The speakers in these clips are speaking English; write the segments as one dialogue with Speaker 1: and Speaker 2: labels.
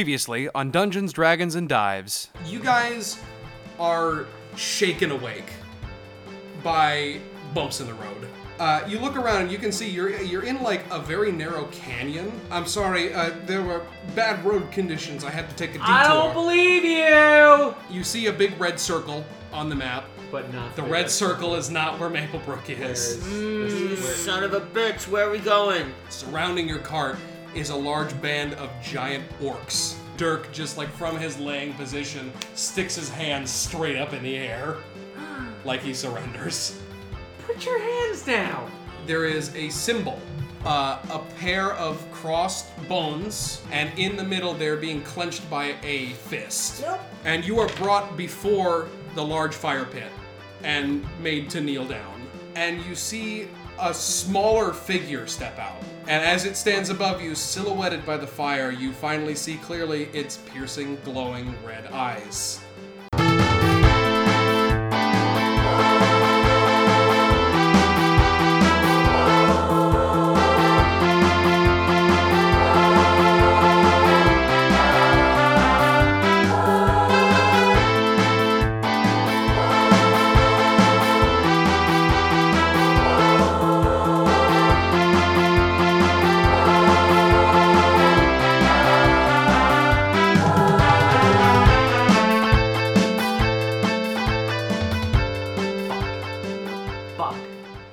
Speaker 1: Previously on Dungeons, Dragons, and Dives.
Speaker 2: You guys are shaken awake by bumps in the road. Uh, you look around and you can see you're you're in like a very narrow canyon. I'm sorry, uh, there were bad road conditions. I had to take a detour.
Speaker 3: I don't believe you!
Speaker 2: you see a big red circle on the map.
Speaker 3: But not
Speaker 2: The red circle is not where Maplebrook is.
Speaker 4: You son of a bitch, where are we going?
Speaker 2: Surrounding your cart is a large band of giant orcs. Dirk, just like from his laying position, sticks his hand straight up in the air like he surrenders.
Speaker 3: Put your hands down.
Speaker 2: There is a symbol, uh, a pair of crossed bones, and in the middle they're being clenched by a fist. And you are brought before the large fire pit and made to kneel down. And you see a smaller figure step out. And as it stands above you, silhouetted by the fire, you finally see clearly its piercing, glowing red eyes.
Speaker 3: Fuck.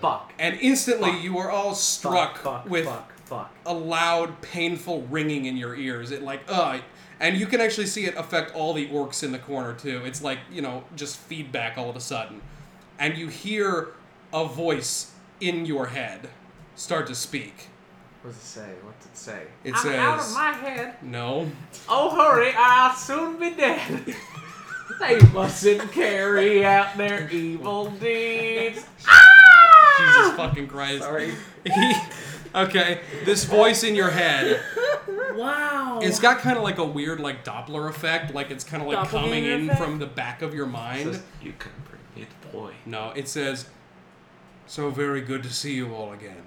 Speaker 3: Fuck.
Speaker 2: And instantly, you are all struck
Speaker 3: Fuck. Fuck.
Speaker 2: with
Speaker 3: Fuck. Fuck.
Speaker 2: a loud, painful ringing in your ears. It like, uh, and you can actually see it affect all the orcs in the corner too. It's like you know, just feedback all of a sudden, and you hear a voice in your head start to speak.
Speaker 4: What does it say? What does it say?
Speaker 2: It
Speaker 3: I'm
Speaker 2: says,
Speaker 3: out of my head.
Speaker 2: "No,
Speaker 3: Oh, hurry, I'll soon be dead. they mustn't carry out their evil deeds. Ah!
Speaker 2: Jesus fucking Christ."
Speaker 4: Sorry.
Speaker 2: okay, this voice in your head.
Speaker 5: Wow.
Speaker 2: It's got kind of like a weird like Doppler effect, like it's kind of like coming
Speaker 5: Doppelganger
Speaker 2: in
Speaker 5: effect?
Speaker 2: from the back of your mind.
Speaker 4: you can bring me the boy.
Speaker 2: No, it says, So very good to see you all again.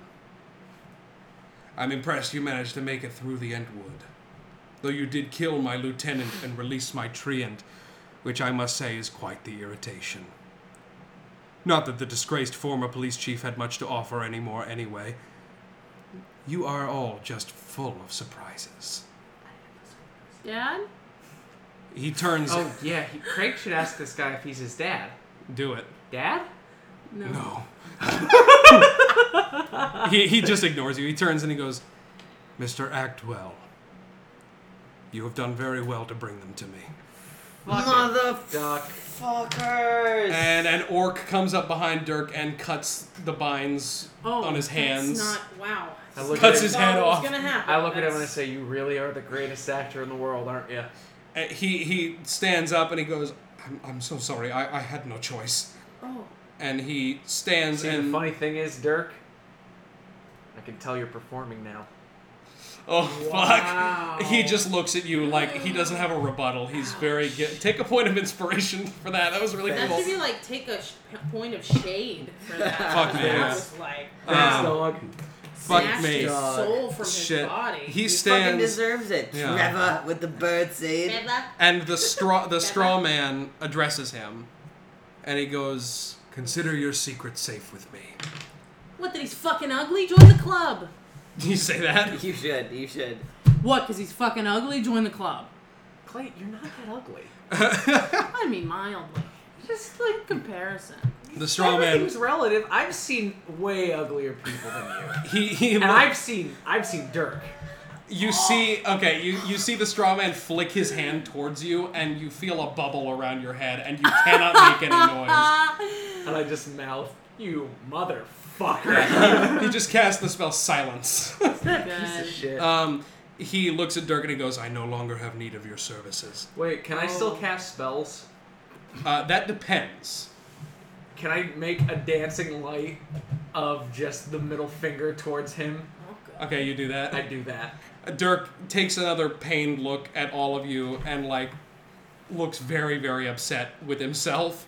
Speaker 2: I'm impressed you managed to make it through the Entwood. Though you did kill my lieutenant and release my treant, which I must say is quite the irritation. Not that the disgraced former police chief had much to offer anymore, anyway. You are all just full of surprises.
Speaker 5: Dad?
Speaker 2: He turns.
Speaker 3: Oh, yeah, he, Craig should ask this guy if he's his dad.
Speaker 2: Do it.
Speaker 3: Dad?
Speaker 5: No.
Speaker 2: No. he, he just ignores you. He turns and he goes, Mr. Actwell, you have done very well to bring them to me.
Speaker 4: Motherfuckers!
Speaker 2: And an orc comes up behind Dirk and cuts the binds
Speaker 5: Oh,
Speaker 2: on his hands.
Speaker 5: That's not, wow.
Speaker 3: I look
Speaker 2: Cuts
Speaker 3: at
Speaker 2: his
Speaker 3: him,
Speaker 2: head
Speaker 5: Thought it was
Speaker 2: off.
Speaker 5: gonna happen.
Speaker 3: I look at him and I
Speaker 5: That's-
Speaker 3: say, "You really are the greatest actor in the world, aren't you?"
Speaker 2: Uh, He, he stands up and he goes, I'm, I'm so sorry. I, I had no choice.
Speaker 5: Oh,
Speaker 2: And he stands
Speaker 3: See, the
Speaker 2: and.
Speaker 3: funny thing is, Dirk, I can tell you're performing now.
Speaker 2: Oh,
Speaker 5: Wow.
Speaker 2: fuck. He just looks at you like he doesn't have a rebuttal. He's very. Get, take a point of inspiration for that. That was really
Speaker 5: that
Speaker 2: cool.
Speaker 5: should be like take a sh- point of shade for that.
Speaker 2: Fuck
Speaker 5: That
Speaker 2: yeah.
Speaker 5: was like
Speaker 3: Thanks,
Speaker 2: Um,
Speaker 3: dog.
Speaker 2: Fuck
Speaker 5: snatched
Speaker 2: me.
Speaker 5: his soul from his
Speaker 2: Shit.
Speaker 5: body.
Speaker 2: He
Speaker 4: fucking
Speaker 2: stands.
Speaker 4: deserves it.
Speaker 2: Yeah.
Speaker 4: Trevor with the bird seed.
Speaker 5: Bella,
Speaker 2: And the straw the straw man addresses him, and he goes, "Consider your secret safe with me."
Speaker 5: What? That he's fucking ugly? Join the club.
Speaker 2: Did you say that?
Speaker 4: You should. You should.
Speaker 5: What? Because he's fucking ugly? Join the club.
Speaker 3: Clay, you're not that ugly.
Speaker 5: I mean, mildly. Just like comparison.
Speaker 2: The straw man.
Speaker 3: Everything's relative. I've seen way uglier people than you,
Speaker 2: He he.
Speaker 3: and I've seen I've seen Dirk.
Speaker 2: you see okay you you see the straw man flick his hand towards you, and you feel a bubble around your head, and you cannot make any noise.
Speaker 3: And I just mouth, you motherfucker.
Speaker 2: He just casts the spell silence.
Speaker 3: Piece of
Speaker 5: Good.
Speaker 3: shit.
Speaker 1: Uh,
Speaker 2: um, he looks at Dirk and he goes, "I no longer have need of your services."
Speaker 3: Wait, can I still
Speaker 5: Oh.
Speaker 3: cast spells?
Speaker 2: Uh, that depends.
Speaker 3: Can I make a dancing light of just the middle finger towards him?
Speaker 2: Okay, you do that. Uh,
Speaker 3: I do that.
Speaker 2: Dirk takes another pained look at all of you and like looks very very upset with himself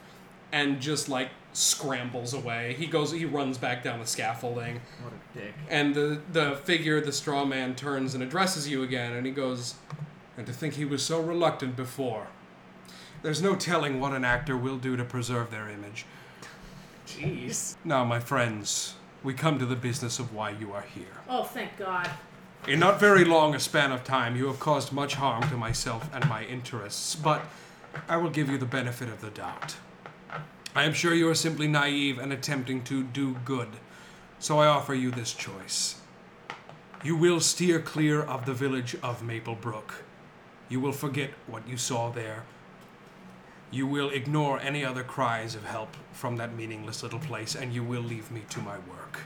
Speaker 2: and just like scrambles away. He goes he runs back down the scaffolding
Speaker 3: What a dick.
Speaker 2: and the the figure the straw man turns and addresses you again and he goes And to think he was so reluctant before. There's no telling what an actor will do to preserve their image.
Speaker 3: Jeez.
Speaker 2: Now, my friends, we come to the business of why you are here.
Speaker 5: Oh, thank God.
Speaker 2: In not very long a span of time, you have caused much harm to myself and my interests, but I will give you the benefit of the doubt. I am sure you are simply naive and attempting to do good, so I offer you this choice. You will steer clear of the village of Maple Brook. You will forget what you saw there. You will ignore any other cries of help from that meaningless little place, and you will leave me to my work.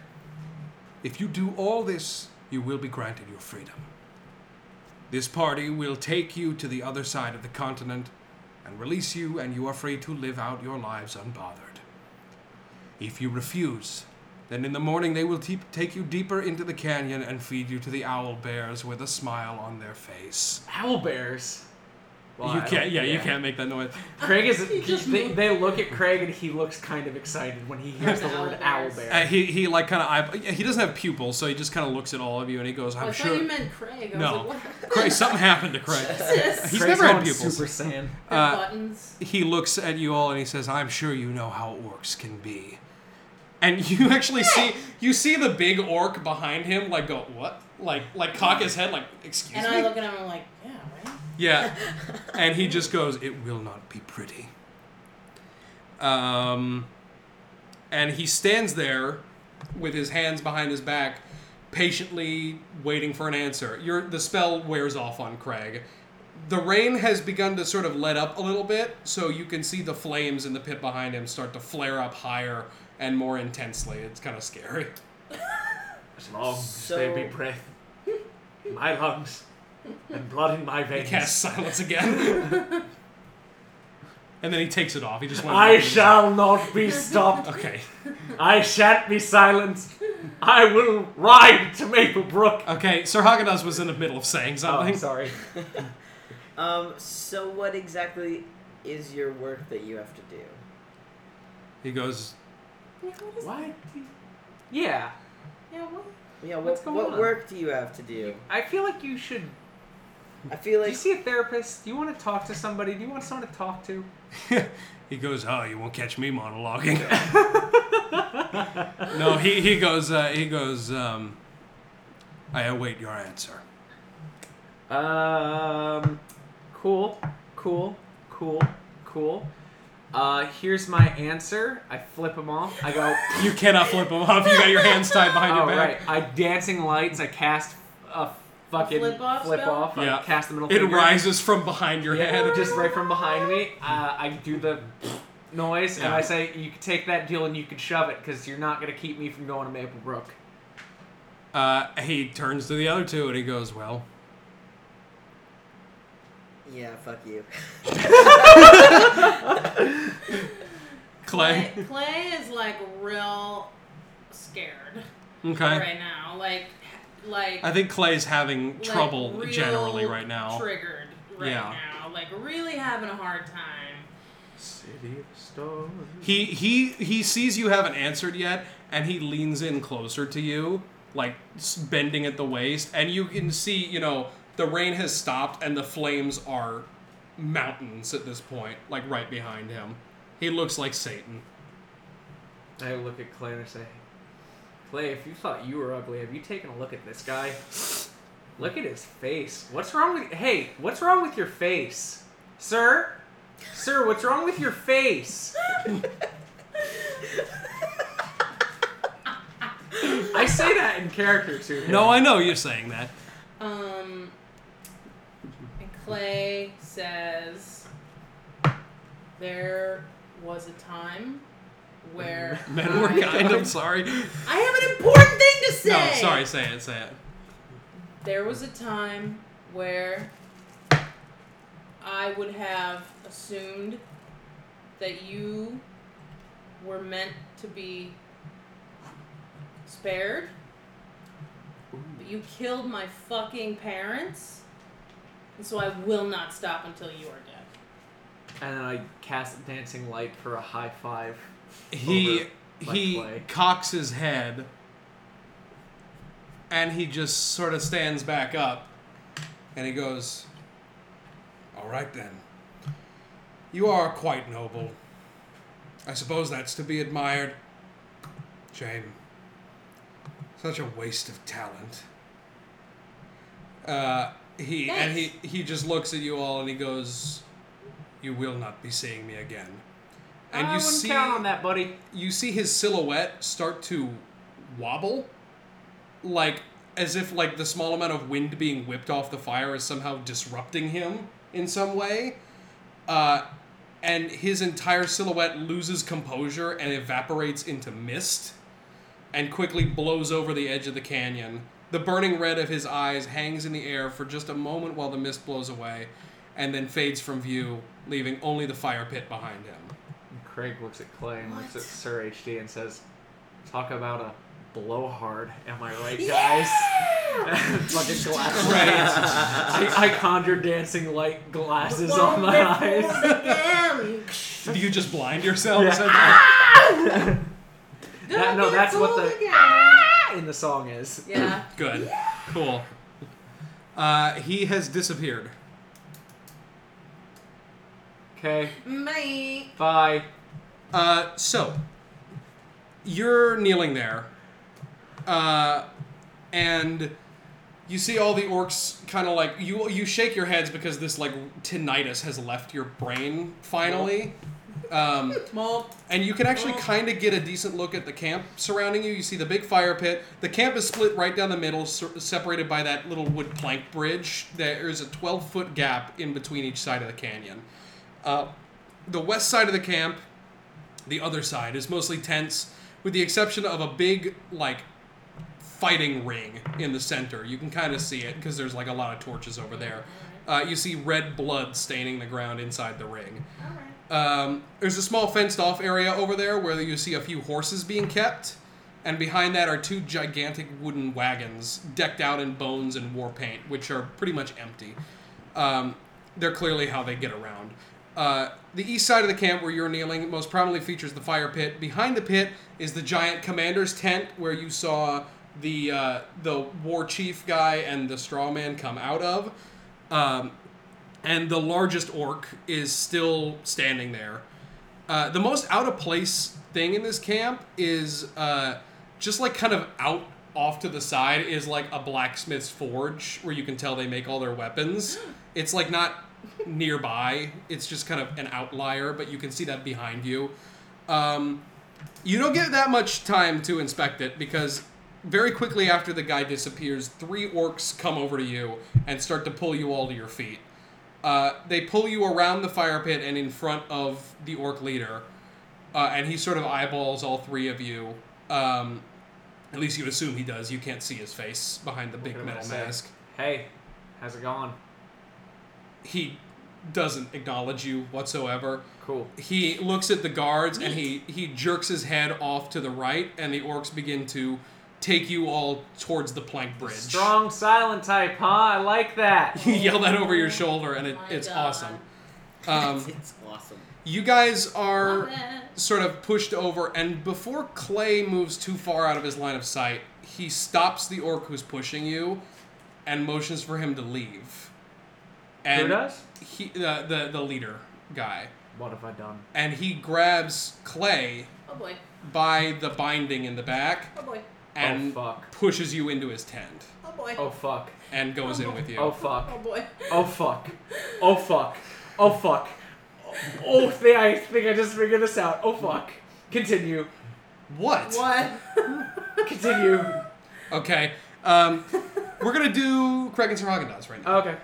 Speaker 2: If you do all this, you will be granted your freedom. This party will take you to the other side of the continent and release you, and you are free to live out your lives unbothered. If you refuse, then in the morning they will te- take you deeper into the canyon and feed you to the owl bears with a smile on their face.
Speaker 3: Owl bears. Well,
Speaker 2: you
Speaker 3: Oh, I
Speaker 2: can't,
Speaker 3: don't-
Speaker 2: yeah, you can't make that noise.
Speaker 3: Craig is.
Speaker 5: He just
Speaker 3: they,
Speaker 5: moved.
Speaker 3: they look at Craig and he looks kind of excited when he hears the word owl
Speaker 5: Owlbears.
Speaker 3: bear.
Speaker 2: Uh, he, he like kind of, he doesn't have pupils, so he just kind of looks at all of you and he goes,
Speaker 5: Oh,
Speaker 2: "I'm
Speaker 5: I
Speaker 2: sure."
Speaker 5: thought you meant Craig. I
Speaker 2: No.
Speaker 5: was like, what?
Speaker 2: Craig, something happened to Craig.
Speaker 5: This.
Speaker 2: He's
Speaker 3: Craig's
Speaker 2: never had
Speaker 3: going
Speaker 2: pupils.
Speaker 3: Super Saiyan.
Speaker 5: The
Speaker 2: Uh,
Speaker 5: buttons.
Speaker 2: he looks at you all and he says, "I'm sure you know how orcs can be." And you actually see you see the big orc behind him, like go what, like like cock his head, like excuse
Speaker 5: And
Speaker 2: me.
Speaker 5: I look at him and I'm like, yeah, right?
Speaker 2: yeah, and he just goes, "It will not be pretty." Um, and he stands there with his hands behind his back, patiently waiting for an answer. Your the spell wears off on Craig. The rain has begun to sort of let up a little bit, so you can see the flames in the pit behind him start to flare up higher and more intensely. It's kind of scary.
Speaker 3: As long as there
Speaker 4: So-
Speaker 3: be breath in my lungs and blood in my veins,
Speaker 2: Cast silence again. and then he takes it off. He just went.
Speaker 3: I shall not be stopped.
Speaker 2: Okay.
Speaker 3: I shan't be silenced. I will ride to Maple Brook.
Speaker 2: Okay, Sir Haagen-Dazs was in the middle of saying
Speaker 3: Oh,
Speaker 2: something.
Speaker 3: I'm sorry.
Speaker 4: Um, so what exactly is your work that you have to do?
Speaker 2: He goes,
Speaker 5: Yeah, what is
Speaker 3: Why? Yeah,
Speaker 5: Yeah, what?
Speaker 4: Yeah, what,
Speaker 3: What's going
Speaker 4: what
Speaker 3: on?
Speaker 4: work do you have to do?
Speaker 3: I feel like you should.
Speaker 4: I feel
Speaker 3: Do
Speaker 4: like
Speaker 3: you see a therapist? Do you want to talk to somebody? Do you want someone to talk to?
Speaker 2: he goes, oh, you won't catch me monologuing. no, he, he goes, uh, he goes, um, I await your answer.
Speaker 3: Um, cool, cool, cool, cool. Uh, here's my answer. I flip him off. I go,
Speaker 2: You cannot flip him off. You got your hands tied behind
Speaker 3: oh
Speaker 2: your back.
Speaker 3: right. I dancing lights. I cast a fucking
Speaker 5: Flip off
Speaker 3: flip
Speaker 5: spell?
Speaker 3: off.
Speaker 2: Yeah.
Speaker 3: I cast the middle
Speaker 2: It
Speaker 3: finger.
Speaker 2: rises from behind your
Speaker 3: Yeah,
Speaker 2: head.
Speaker 3: just right from behind me. Uh, I do the noise and
Speaker 2: Yeah.
Speaker 3: I say, "You can take that deal and you can shove it because you're not gonna keep me from going to Maple Brook."
Speaker 2: Uh, he turns to the other two and he goes, well,
Speaker 4: yeah, fuck you.
Speaker 2: Clay.
Speaker 5: Clay, Clay is like real scared
Speaker 2: Okay.
Speaker 5: right now. Like, like.
Speaker 2: I think Clay's having
Speaker 5: like,
Speaker 2: trouble
Speaker 5: real
Speaker 2: generally right now.
Speaker 5: Triggered right
Speaker 2: Yeah.
Speaker 5: now. Like, really having a hard time.
Speaker 3: City of stars.
Speaker 2: He he he sees you haven't answered yet, and he leans in closer to you, like s- bending at the waist, and you can see you know the rain has stopped and the flames are mountains at this point, like right behind him. He looks like Satan.
Speaker 3: I look at Clay and I say, Clay, if you thought you were ugly, have you taken a look at this guy? Look at his face. What's wrong with hey, what's wrong with your face? Sir? Sir, what's wrong with your face? I say that in character too.
Speaker 2: No, I know you're saying that.
Speaker 5: Um, and Clay says there was a time where
Speaker 2: Men were
Speaker 5: I-
Speaker 2: kind. I'm sorry.
Speaker 5: I have an important thing to say.
Speaker 2: No, sorry. Say it. Say it.
Speaker 5: There was a time where I would have assumed that you were meant to be spared. But you killed my fucking parents. And so I will not stop until you are dead.
Speaker 3: And then I cast dancing light for a high five.
Speaker 2: He
Speaker 3: over my
Speaker 2: he
Speaker 3: Clay.
Speaker 2: cocks his head, and he just sort of stands back up, and he goes, All right then. You are quite noble. I suppose that's to be admired. Shame. Such a waste of talent. Uh, he and he he just looks at you all and he goes, "You will not be seeing me again." And
Speaker 3: I
Speaker 2: you
Speaker 3: wouldn't
Speaker 2: see
Speaker 3: count on that, buddy.
Speaker 2: you see his silhouette start to wobble like as if like the small amount of wind being whipped off the fire is somehow disrupting him in some way uh, and his entire silhouette loses composure and evaporates into mist and quickly blows over the edge of the canyon the burning red of his eyes hangs in the air for just a moment while the mist blows away and then fades from view leaving only the fire pit behind him
Speaker 3: And Craig looks at Clay and looks at
Speaker 5: What?
Speaker 3: Sir HD and says, "Talk about a blowhard, am I right, guys?" Fucking glasses. I, I conjured dancing light glasses on my eyes.
Speaker 5: Again.
Speaker 2: Do you just blind yourself?
Speaker 3: Yeah.
Speaker 2: essentially?
Speaker 3: That- no, that's what
Speaker 5: Fooled
Speaker 3: the-
Speaker 5: again.
Speaker 3: in the song is.
Speaker 5: yeah.
Speaker 2: Good. Cool. Uh, he has disappeared.
Speaker 3: Okay.
Speaker 5: Mate.
Speaker 3: Bye.
Speaker 2: Uh, so, you're kneeling there, uh, and you see all the orcs kind of like you. You shake your heads because this like tinnitus has left your brain finally. Um, and you can actually kind of get a decent look at the camp surrounding you. You see the big fire pit. The camp is split right down the middle, ser- separated by that little wood plank bridge. There is a 12 foot gap in between each side of the canyon. Uh, the west side of the camp, the other side, is mostly tents, with the exception of a big, like, fighting ring in the center. You can kind of see it because there's, like, a lot of torches over there. Uh, you see red blood staining the ground inside the ring. Um, there's a small fenced off area over there where you see a few horses being kept, and behind that are two gigantic wooden wagons decked out in bones and war paint, which are pretty much empty. Um, they're clearly how they get around. Uh, the east side of the camp where you're kneeling most prominently features the fire pit. Behind the pit is the giant commander's tent where you saw the uh, the war chief guy and the straw man come out of. Um, and the largest orc is still standing there. Uh, the most out of place thing in this camp is uh, just like kind of out off to the side is like a blacksmith's forge where you can tell they make all their weapons. It's like not nearby, it's just kind of an outlier, but you can see that behind you. Um, you don't get that much time to inspect it because very quickly after the guy disappears, three orcs come over to you and start to pull you all to your feet. Uh, they pull you around the fire pit and in front of the orc leader, uh, and he sort of eyeballs all three of you. Um, at least you assume he does. You can't see his face behind the big
Speaker 3: am I
Speaker 2: metal
Speaker 3: gonna say?
Speaker 2: mask.
Speaker 3: Hey, how's it going?
Speaker 2: He doesn't acknowledge you whatsoever.
Speaker 3: Cool.
Speaker 2: he looks at the guards and he he jerks his head off to the right and the orcs begin to take you all towards the plank bridge
Speaker 3: Strong silent type, huh? I like that.
Speaker 2: you yell that over your shoulder and it,
Speaker 5: My
Speaker 2: it's
Speaker 5: God.
Speaker 2: awesome um,
Speaker 4: it's awesome.
Speaker 2: you guys are
Speaker 5: Love it.
Speaker 2: sort of pushed over and before clay moves too far out of his line of sight he stops the orc who's pushing you and motions for him to leave and
Speaker 3: Who does?
Speaker 2: he the, the the leader guy
Speaker 3: What have I done?
Speaker 2: and he grabs clay
Speaker 5: Oh boy.
Speaker 2: by the binding in the back
Speaker 5: Oh boy.
Speaker 2: and
Speaker 3: oh fuck.
Speaker 2: pushes you into his tent
Speaker 5: Oh boy.
Speaker 3: Oh fuck.
Speaker 2: and goes in with you.
Speaker 3: Oh fuck.
Speaker 5: Oh boy.
Speaker 3: Oh fuck. Oh fuck. Oh fuck. Oh, th- I think I just figured this out. Oh fuck. Continue.
Speaker 2: What?
Speaker 5: What?
Speaker 3: Continue.
Speaker 2: Okay. Um, we're gonna do Craig and Sir Haagen-Dazs right now.
Speaker 3: Okay.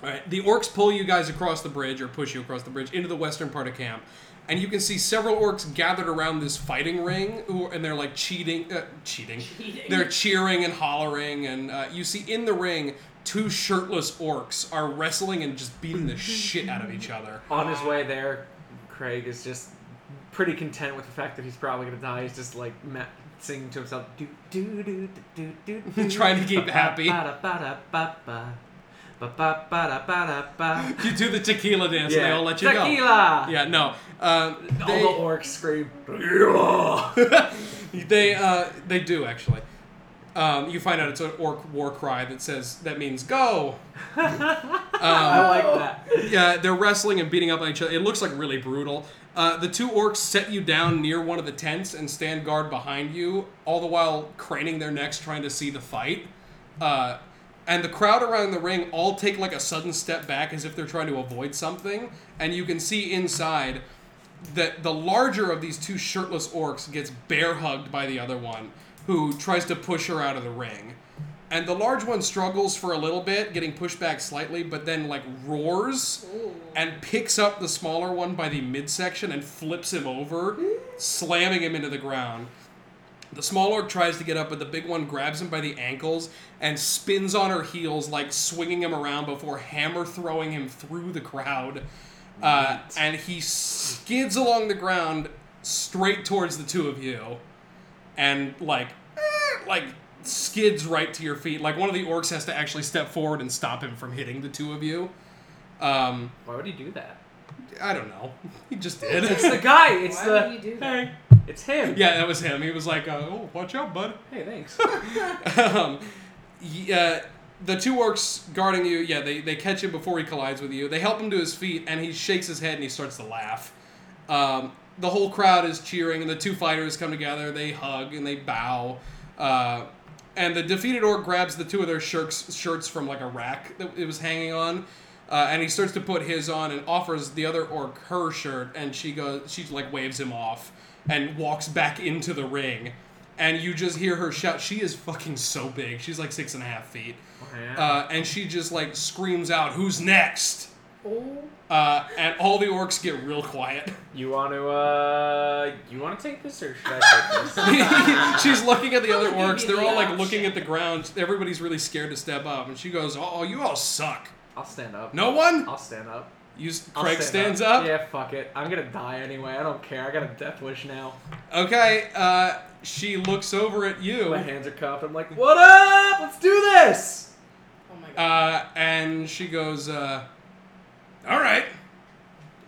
Speaker 2: All right. The orcs pull you guys across the bridge or push you across the bridge into the western part of camp, and you can see several orcs gathered around this fighting ring, who, and they're like cheating, uh, cheating.
Speaker 5: Cheating.
Speaker 2: They're cheering and hollering, and uh, you see in the ring two shirtless orcs are wrestling and just beating the shit out of each other.
Speaker 3: On his way there, Craig is just pretty content with the fact that he's probably gonna die. He's just like ma- singing to himself, do do do do do do.
Speaker 2: Trying to keep happy.
Speaker 3: They
Speaker 2: You do the tequila dance, and they all let you go.
Speaker 3: Tequila.
Speaker 2: Yeah, no. Um, they,
Speaker 3: All the orcs scream. "Tequila!"
Speaker 2: they uh, they do actually. Um, you find out it's an orc war cry that says that means go.
Speaker 3: I like that.
Speaker 2: yeah, they're wrestling and beating up on each other. It looks like really brutal. Uh, the two orcs set you down near one of the tents and stand guard behind you, all the while craning their necks trying to see the fight. Uh, and the crowd around the ring all take like a sudden step back as if they're trying to avoid something. And you can see inside that the larger of these two shirtless orcs gets bear hugged by the other one, who tries to push her out of the ring. And the large one struggles for a little bit, getting pushed back slightly, but then like roars
Speaker 5: Ooh.
Speaker 2: and picks up the smaller one by the midsection and flips him over, slamming him into the ground. The small orc tries to get up, but the big one grabs him by the ankles and spins on her heels, like swinging him around before hammer throwing him through the crowd. Uh, and he skids along the ground straight towards the two of you, and like, eh, like skids right to your feet. Like one of the orcs has to actually step forward and stop him from hitting the two of you. Um,
Speaker 3: Why would he do that?
Speaker 2: I don't know. He just did.
Speaker 3: It's the guy. It's
Speaker 5: Why
Speaker 3: the.
Speaker 5: would you do that?
Speaker 3: Hey, it's him.
Speaker 2: yeah, that was him. He was like, uh, "Oh, watch out, bud."
Speaker 3: Hey, thanks.
Speaker 2: um, yeah, the two orcs guarding you, yeah, they, they catch him before he collides with you. They help him to his feet, and he shakes his head and he starts to laugh. Um, the whole crowd is cheering, and the two fighters come together. They hug and they bow. Uh, and the defeated orc grabs the two of their shirts, shirts from like a rack that it was hanging on. Uh, and he starts to put his on and offers the other orc her shirt, and she goes, she like waves him off and walks back into the ring. And you just hear her shout. She is fucking so big. She's like six and a half feet, uh, and she just like screams out, "Who's next?"
Speaker 5: Oh,
Speaker 2: Uh, and all the orcs get real quiet.
Speaker 3: you want to? uh... You want to take this or should I take this?
Speaker 2: She's looking at the other
Speaker 5: I'll give
Speaker 2: orcs.
Speaker 5: you
Speaker 2: They're
Speaker 5: the
Speaker 2: all like
Speaker 5: option.
Speaker 2: looking at the ground. Everybody's really scared to step up. And she goes, "Oh, you all suck.
Speaker 3: I'll stand up.
Speaker 2: No one."
Speaker 3: I'll stand up.
Speaker 2: You, s-
Speaker 3: I'll
Speaker 2: Craig
Speaker 3: stand
Speaker 2: stands up.
Speaker 3: Yeah, fuck it. I'm gonna die anyway. I don't care. I got a death wish now.
Speaker 2: Okay. Uh, she looks over at you.
Speaker 3: My hands are cuffed. I'm like, what up? Let's do this.
Speaker 5: oh my god.
Speaker 2: Uh, and she goes, uh, "All right."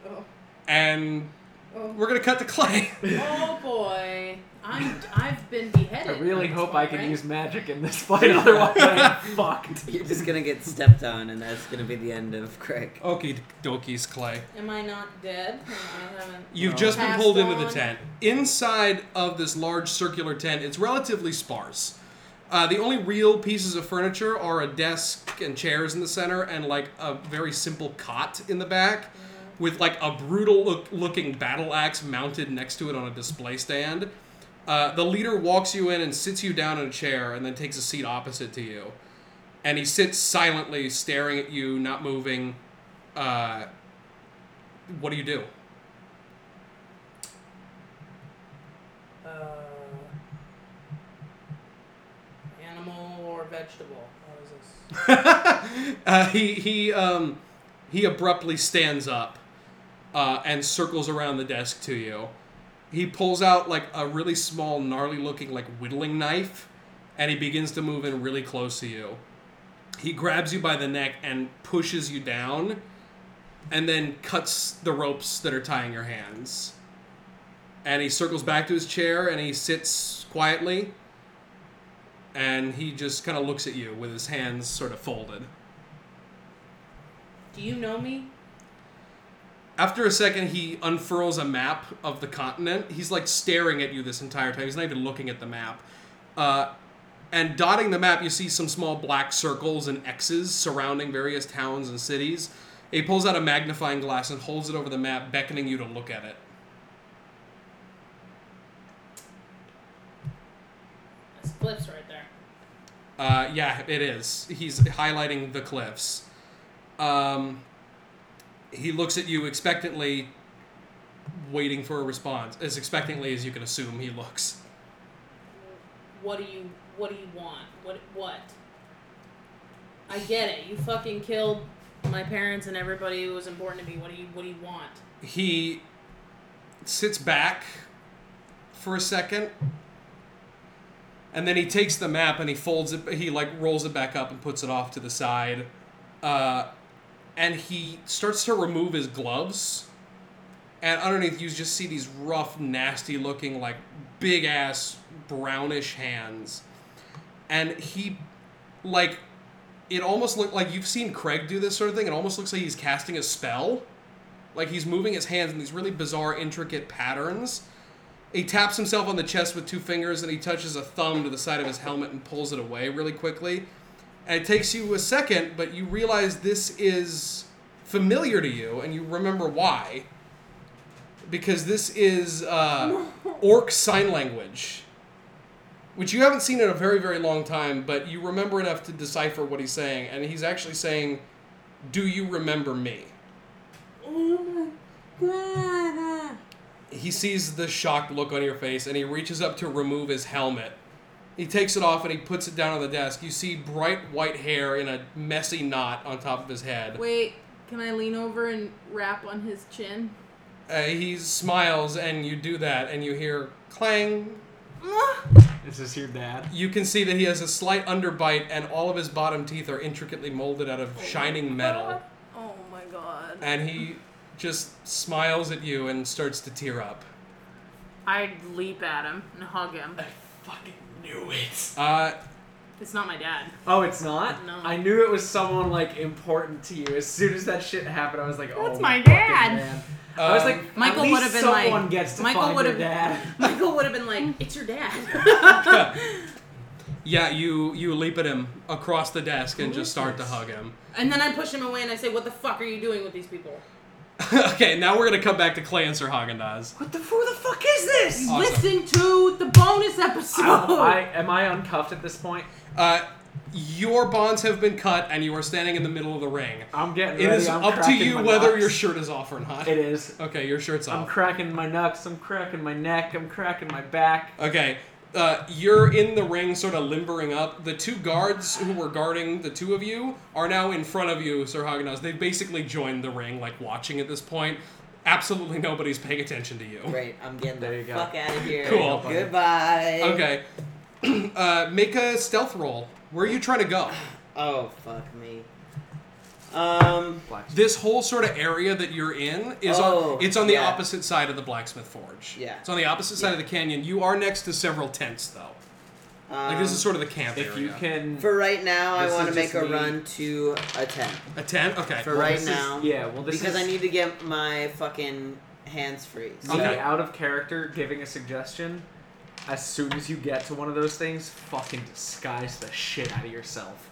Speaker 5: Oh,
Speaker 2: And
Speaker 5: oh.
Speaker 2: we're gonna cut to Clay.
Speaker 5: Oh, boy. I'm, I've been beheaded.
Speaker 3: I really
Speaker 5: at this
Speaker 3: hope I
Speaker 5: point,
Speaker 3: can
Speaker 5: right?
Speaker 3: use magic in this fight. Otherwise, I'm fucked.
Speaker 4: You're just gonna get stepped on, and that's gonna be the end of
Speaker 3: Oh.
Speaker 4: Crick.
Speaker 2: Okie dokies, Clay.
Speaker 5: Am I not dead? I haven't.
Speaker 2: You've
Speaker 3: No.
Speaker 2: just been
Speaker 5: Passed
Speaker 2: pulled into the
Speaker 5: on.
Speaker 2: tent. Inside of this large circular tent, it's relatively sparse. Uh, the only real pieces of furniture are a desk and chairs in the center, and like a very simple cot in the back,
Speaker 5: Mm-hmm.
Speaker 2: with like a brutal look- looking battle axe mounted next to it on a display stand. Uh, the leader walks you in and sits you down in a chair, and then takes a seat opposite to you. And he sits silently, staring at you, not moving. Uh, what do you do?
Speaker 5: Uh, animal or vegetable? What is this?
Speaker 2: uh, he he um, he abruptly stands up uh, and circles around the desk to you. He pulls out like a really small, gnarly-looking like whittling knife, and he begins to move in really close to you. He grabs you by the neck and pushes you down, and then cuts the ropes that are tying your hands. And he circles back to his chair and he sits quietly and he just kind of looks at you with his hands sort of folded.
Speaker 5: Do you know me?
Speaker 2: After a second, he unfurls a map of the continent. He's like staring at you this entire time. He's not even looking at the map. Uh, and dotting the map, you see some small black circles and X's surrounding various towns and cities. He pulls out a magnifying glass and holds it over the map, beckoning you to look at it.
Speaker 5: That's cliffs right there.
Speaker 2: Uh, yeah, it is. He's highlighting the cliffs. Um, he looks at you expectantly, waiting for a response, as expectantly as you can assume he looks.
Speaker 5: What do you What do you want? What What? I get it. You fucking killed my parents and everybody who was important to me. What do you What do you want?
Speaker 2: He sits back for a second, and then he takes the map and he folds it. He like rolls it back up and puts it off to the side, uh, and he starts to remove his gloves. and underneath you just see these rough, nasty looking, like big ass brownish hands. And he, like, it almost looked like you've seen Craig do this sort of thing. It almost looks like he's casting a spell. Like he's moving his hands in these really bizarre, intricate patterns. He taps himself on the chest with two fingers and he touches a thumb to the side of his helmet and pulls it away really quickly. And it takes you a second, but you realize this is familiar to you and you remember why. Because this is uh, Orc Sign Language which you haven't seen in a very very long time but you remember enough to decipher what he's saying and he's actually saying do you remember me
Speaker 5: Oh my god. uh,
Speaker 2: he sees the shocked look on your face and he reaches up to remove his helmet he takes it off and he puts it down on the desk you see bright white hair in a messy knot on top of his head
Speaker 5: Wait, can I lean over and rap on his chin?
Speaker 2: uh, he smiles and you do that and you hear clang
Speaker 3: Is this your dad?
Speaker 2: you can see that he has a slight underbite and all of his bottom teeth are intricately molded out of shining metal
Speaker 5: Oh my god.
Speaker 2: and he just smiles at you and starts to tear up.
Speaker 5: I'd leap at him and hug him.
Speaker 3: fucking knew it.
Speaker 2: Uh,
Speaker 5: It's not my dad.
Speaker 3: Oh, it's not?
Speaker 5: No.
Speaker 3: I knew it was someone like important to you. As soon as that shit happened, I was like, oh,
Speaker 5: That's my
Speaker 3: fucking
Speaker 5: dad.
Speaker 3: man. I was
Speaker 2: Um,
Speaker 3: like,
Speaker 5: Michael
Speaker 3: at least
Speaker 5: would've been
Speaker 3: someone
Speaker 5: like-
Speaker 3: gets to
Speaker 5: Michael
Speaker 3: find
Speaker 5: would've-
Speaker 3: your dad.
Speaker 5: Michael would have been like, "It's your dad."
Speaker 2: yeah, you you leap at him across the desk and just start to
Speaker 3: this?
Speaker 2: hug him.
Speaker 5: and then I push him away and I say, "What the fuck are you doing with these people?"
Speaker 2: okay, now we're gonna come back to Clay and Sir Haagen-Dazs.
Speaker 3: What the who the fuck is this?
Speaker 2: Awesome.
Speaker 5: Listen to the bonus episode.
Speaker 3: I, I, am I uncuffed at this point?
Speaker 2: Uh, your bonds have been cut and you are standing in the middle of the ring.
Speaker 3: I'm getting
Speaker 2: It
Speaker 3: ready.
Speaker 2: is
Speaker 3: I'm
Speaker 2: up to
Speaker 3: cracking
Speaker 2: you
Speaker 3: my
Speaker 2: whether
Speaker 3: nuts.
Speaker 2: your shirt is off or not.
Speaker 3: It is.
Speaker 2: Okay, your shirt's
Speaker 3: I'm
Speaker 2: off.
Speaker 3: cracking my nuts. I'm cracking my neck. I'm cracking my back.
Speaker 2: Okay. Uh, you're in the ring, sort of limbering up. The two guards who were guarding the two of you are now in front of you, Sir Hagenaz. They've basically joined the ring, like watching at this point. Absolutely nobody's paying attention to you.
Speaker 4: Great, I'm getting
Speaker 3: There
Speaker 4: the
Speaker 3: you go.
Speaker 4: fuck out of here.
Speaker 2: Cool.
Speaker 4: Goodbye.
Speaker 2: Okay. uh, make a stealth roll. Where are you trying to go?
Speaker 4: Oh fuck me. Um.
Speaker 3: Black.
Speaker 2: This whole sort of area that you're in is
Speaker 4: Oh,
Speaker 2: on, it's on the
Speaker 4: yeah.
Speaker 2: opposite side of the blacksmith forge.
Speaker 4: Yeah.
Speaker 2: It's on the opposite side of the canyon. You are next to several tents, though. Like this
Speaker 4: um,
Speaker 2: is sort of the camp
Speaker 3: If
Speaker 2: area.
Speaker 3: you can.
Speaker 4: For right now, I
Speaker 3: This
Speaker 4: want to
Speaker 3: is
Speaker 4: make
Speaker 3: just
Speaker 4: a
Speaker 3: me.
Speaker 4: run to a tent
Speaker 2: a tent. Okay.
Speaker 4: for
Speaker 3: well,
Speaker 4: right
Speaker 3: this is-
Speaker 4: now.
Speaker 3: yeah, well, this
Speaker 4: because
Speaker 3: is-
Speaker 4: I need to get my fucking hands free. So
Speaker 3: me
Speaker 2: Okay.
Speaker 3: out of character giving a suggestion as soon as you get to one of those things fucking disguise the shit out of yourself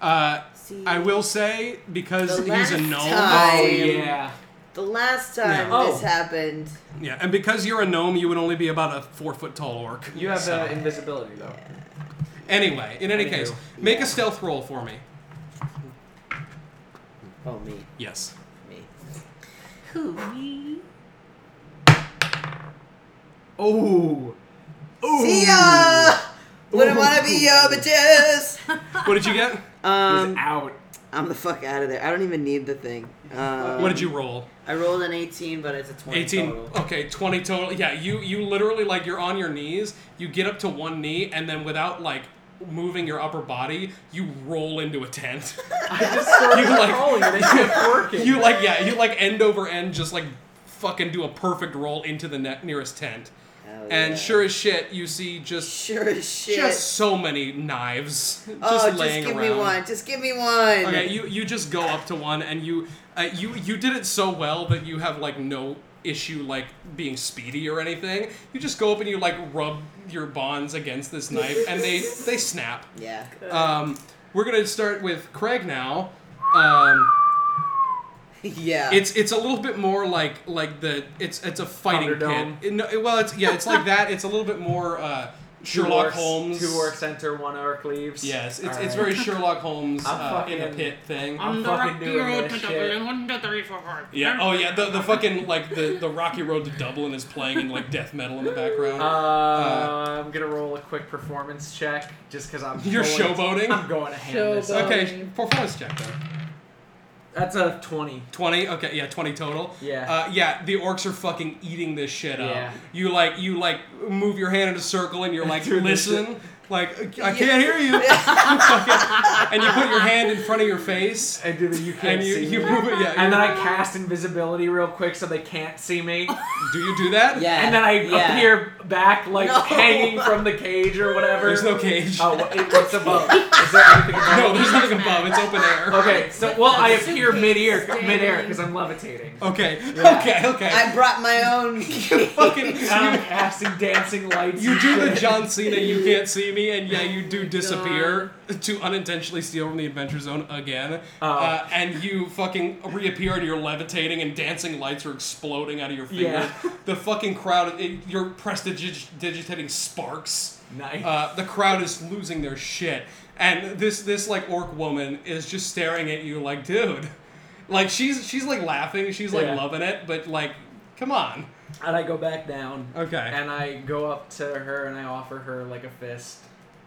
Speaker 2: Uh,
Speaker 4: See,
Speaker 2: I will say because
Speaker 4: The
Speaker 2: he's a
Speaker 4: last
Speaker 2: gnome.
Speaker 4: time-
Speaker 3: oh
Speaker 4: I-
Speaker 3: yeah
Speaker 4: the last time
Speaker 2: No.
Speaker 4: this
Speaker 3: Oh.
Speaker 4: happened,
Speaker 2: Yeah, and because you're a gnome, you would only be about a four foot tall orc.
Speaker 3: you have
Speaker 2: So-
Speaker 3: uh, invisibility though
Speaker 2: anyway. In any
Speaker 3: Anywho.
Speaker 2: case, make
Speaker 4: Yeah.
Speaker 2: a stealth roll for me.
Speaker 4: oh me,
Speaker 2: Yes.
Speaker 4: me.
Speaker 3: oh
Speaker 4: See ya. Wouldn't wanna be your bitches.
Speaker 2: What did you get?
Speaker 4: Um,
Speaker 3: out
Speaker 4: I'm the fuck out of there. I don't even need the thing. Um,
Speaker 2: What did you roll?
Speaker 4: I rolled an 18, but it's a 20
Speaker 2: 18
Speaker 4: total.
Speaker 2: okay 20 total yeah you you literally like you're on your knees you get up to one knee and then without like moving your upper body you roll into a tent
Speaker 3: i just started
Speaker 2: You, like-
Speaker 4: Oh,
Speaker 3: rolling and it kept working
Speaker 2: you like yeah you like end over end just like fucking do a perfect roll into the ne- nearest tent
Speaker 4: Hell
Speaker 2: and
Speaker 4: yeah.
Speaker 2: sure as shit you see just
Speaker 4: sure as shit.
Speaker 2: just so many knives just
Speaker 4: oh, just
Speaker 2: laying
Speaker 4: give
Speaker 2: around
Speaker 4: me one. Just give me one.
Speaker 2: okay you you just go up to one and you uh, you you did it so well that you have like no issue like being speedy or anything you just go up and you like rub your bonds against this knife and they they snap
Speaker 4: Yeah.
Speaker 2: um we're gonna start with craig now um
Speaker 4: yeah.
Speaker 2: it's it's a little bit more like like the it's it's a fighting
Speaker 3: Thunderdome.
Speaker 2: pit It- no, it- well it's yeah it's like that it's a little bit more uh
Speaker 3: Two
Speaker 2: sherlock
Speaker 3: orcs-
Speaker 2: holmes
Speaker 3: two orc center one orc leaves
Speaker 2: yes it's,
Speaker 3: All
Speaker 2: it's
Speaker 3: right.
Speaker 2: very sherlock holmes
Speaker 3: I'm
Speaker 2: uh, in a
Speaker 3: fucking-
Speaker 2: pit thing
Speaker 3: I'm fucking doing this shit.
Speaker 2: Yeah. Oh, yeah. The, the fucking like the, the Rocky Road to Dublin is playing in like death metal in the background.
Speaker 3: uh, i'm gonna roll a quick performance check just because i'm
Speaker 2: You're
Speaker 3: going-
Speaker 2: showboating?
Speaker 3: i'm going to hand this
Speaker 5: Showboat.
Speaker 3: up.
Speaker 2: okay. Performance check though.
Speaker 3: that's a 20
Speaker 2: Twenty. Okay. Yeah. Twenty total.
Speaker 3: Yeah.
Speaker 2: Uh, yeah. The orcs are fucking eating this shit up.
Speaker 3: Yeah.
Speaker 2: You like you like move your hand in a circle and you're like
Speaker 3: Dude, this
Speaker 2: listen. Like I can't hear you. You fucking- and you put your hand in front of your face
Speaker 3: and do the you can't
Speaker 2: and you,
Speaker 3: see
Speaker 2: you
Speaker 3: me.
Speaker 2: move it. Yeah.
Speaker 3: And
Speaker 2: you-
Speaker 3: then I cast invisibility real quick so they can't see me.
Speaker 2: do you do that?
Speaker 4: yeah.
Speaker 3: And then I
Speaker 4: yeah.
Speaker 3: appear back, like
Speaker 4: No.
Speaker 3: hanging from the cage or whatever.
Speaker 2: There's no cage.
Speaker 3: Oh, wha- it, what's above? Is there anything above?
Speaker 2: No, there's nothing above. It's open air.
Speaker 3: Okay, so well, I
Speaker 5: With the
Speaker 3: appear
Speaker 5: suitcase
Speaker 3: mid-air,
Speaker 5: standing.
Speaker 3: mid-air, because I'm levitating.
Speaker 2: Okay. Okay. Okay.
Speaker 4: I brought my own.
Speaker 2: Fucking.
Speaker 3: I'm
Speaker 2: You,
Speaker 3: acid dancing lights.
Speaker 2: you
Speaker 3: and
Speaker 2: do the
Speaker 3: shit.
Speaker 2: John Cena. You can't see me, and yeah, you do
Speaker 5: my
Speaker 2: disappear to unintentionally steal from the Adventure Zone again.
Speaker 3: Oh.
Speaker 2: Uh, and you fucking reappear, and you're levitating, and dancing lights are exploding out of your fingers.
Speaker 3: Yeah.
Speaker 2: The fucking crowd. It, you're prestidigitating sparks.
Speaker 3: Nice.
Speaker 2: Uh, the crowd is losing their shit, and this this like orc woman is just staring at you like, dude, like she's she's like laughing, she's like
Speaker 3: Yeah.
Speaker 2: loving it, but like, come on,
Speaker 3: and I go back down.
Speaker 2: okay. And,
Speaker 3: And I go up to her and I offer her like a fist.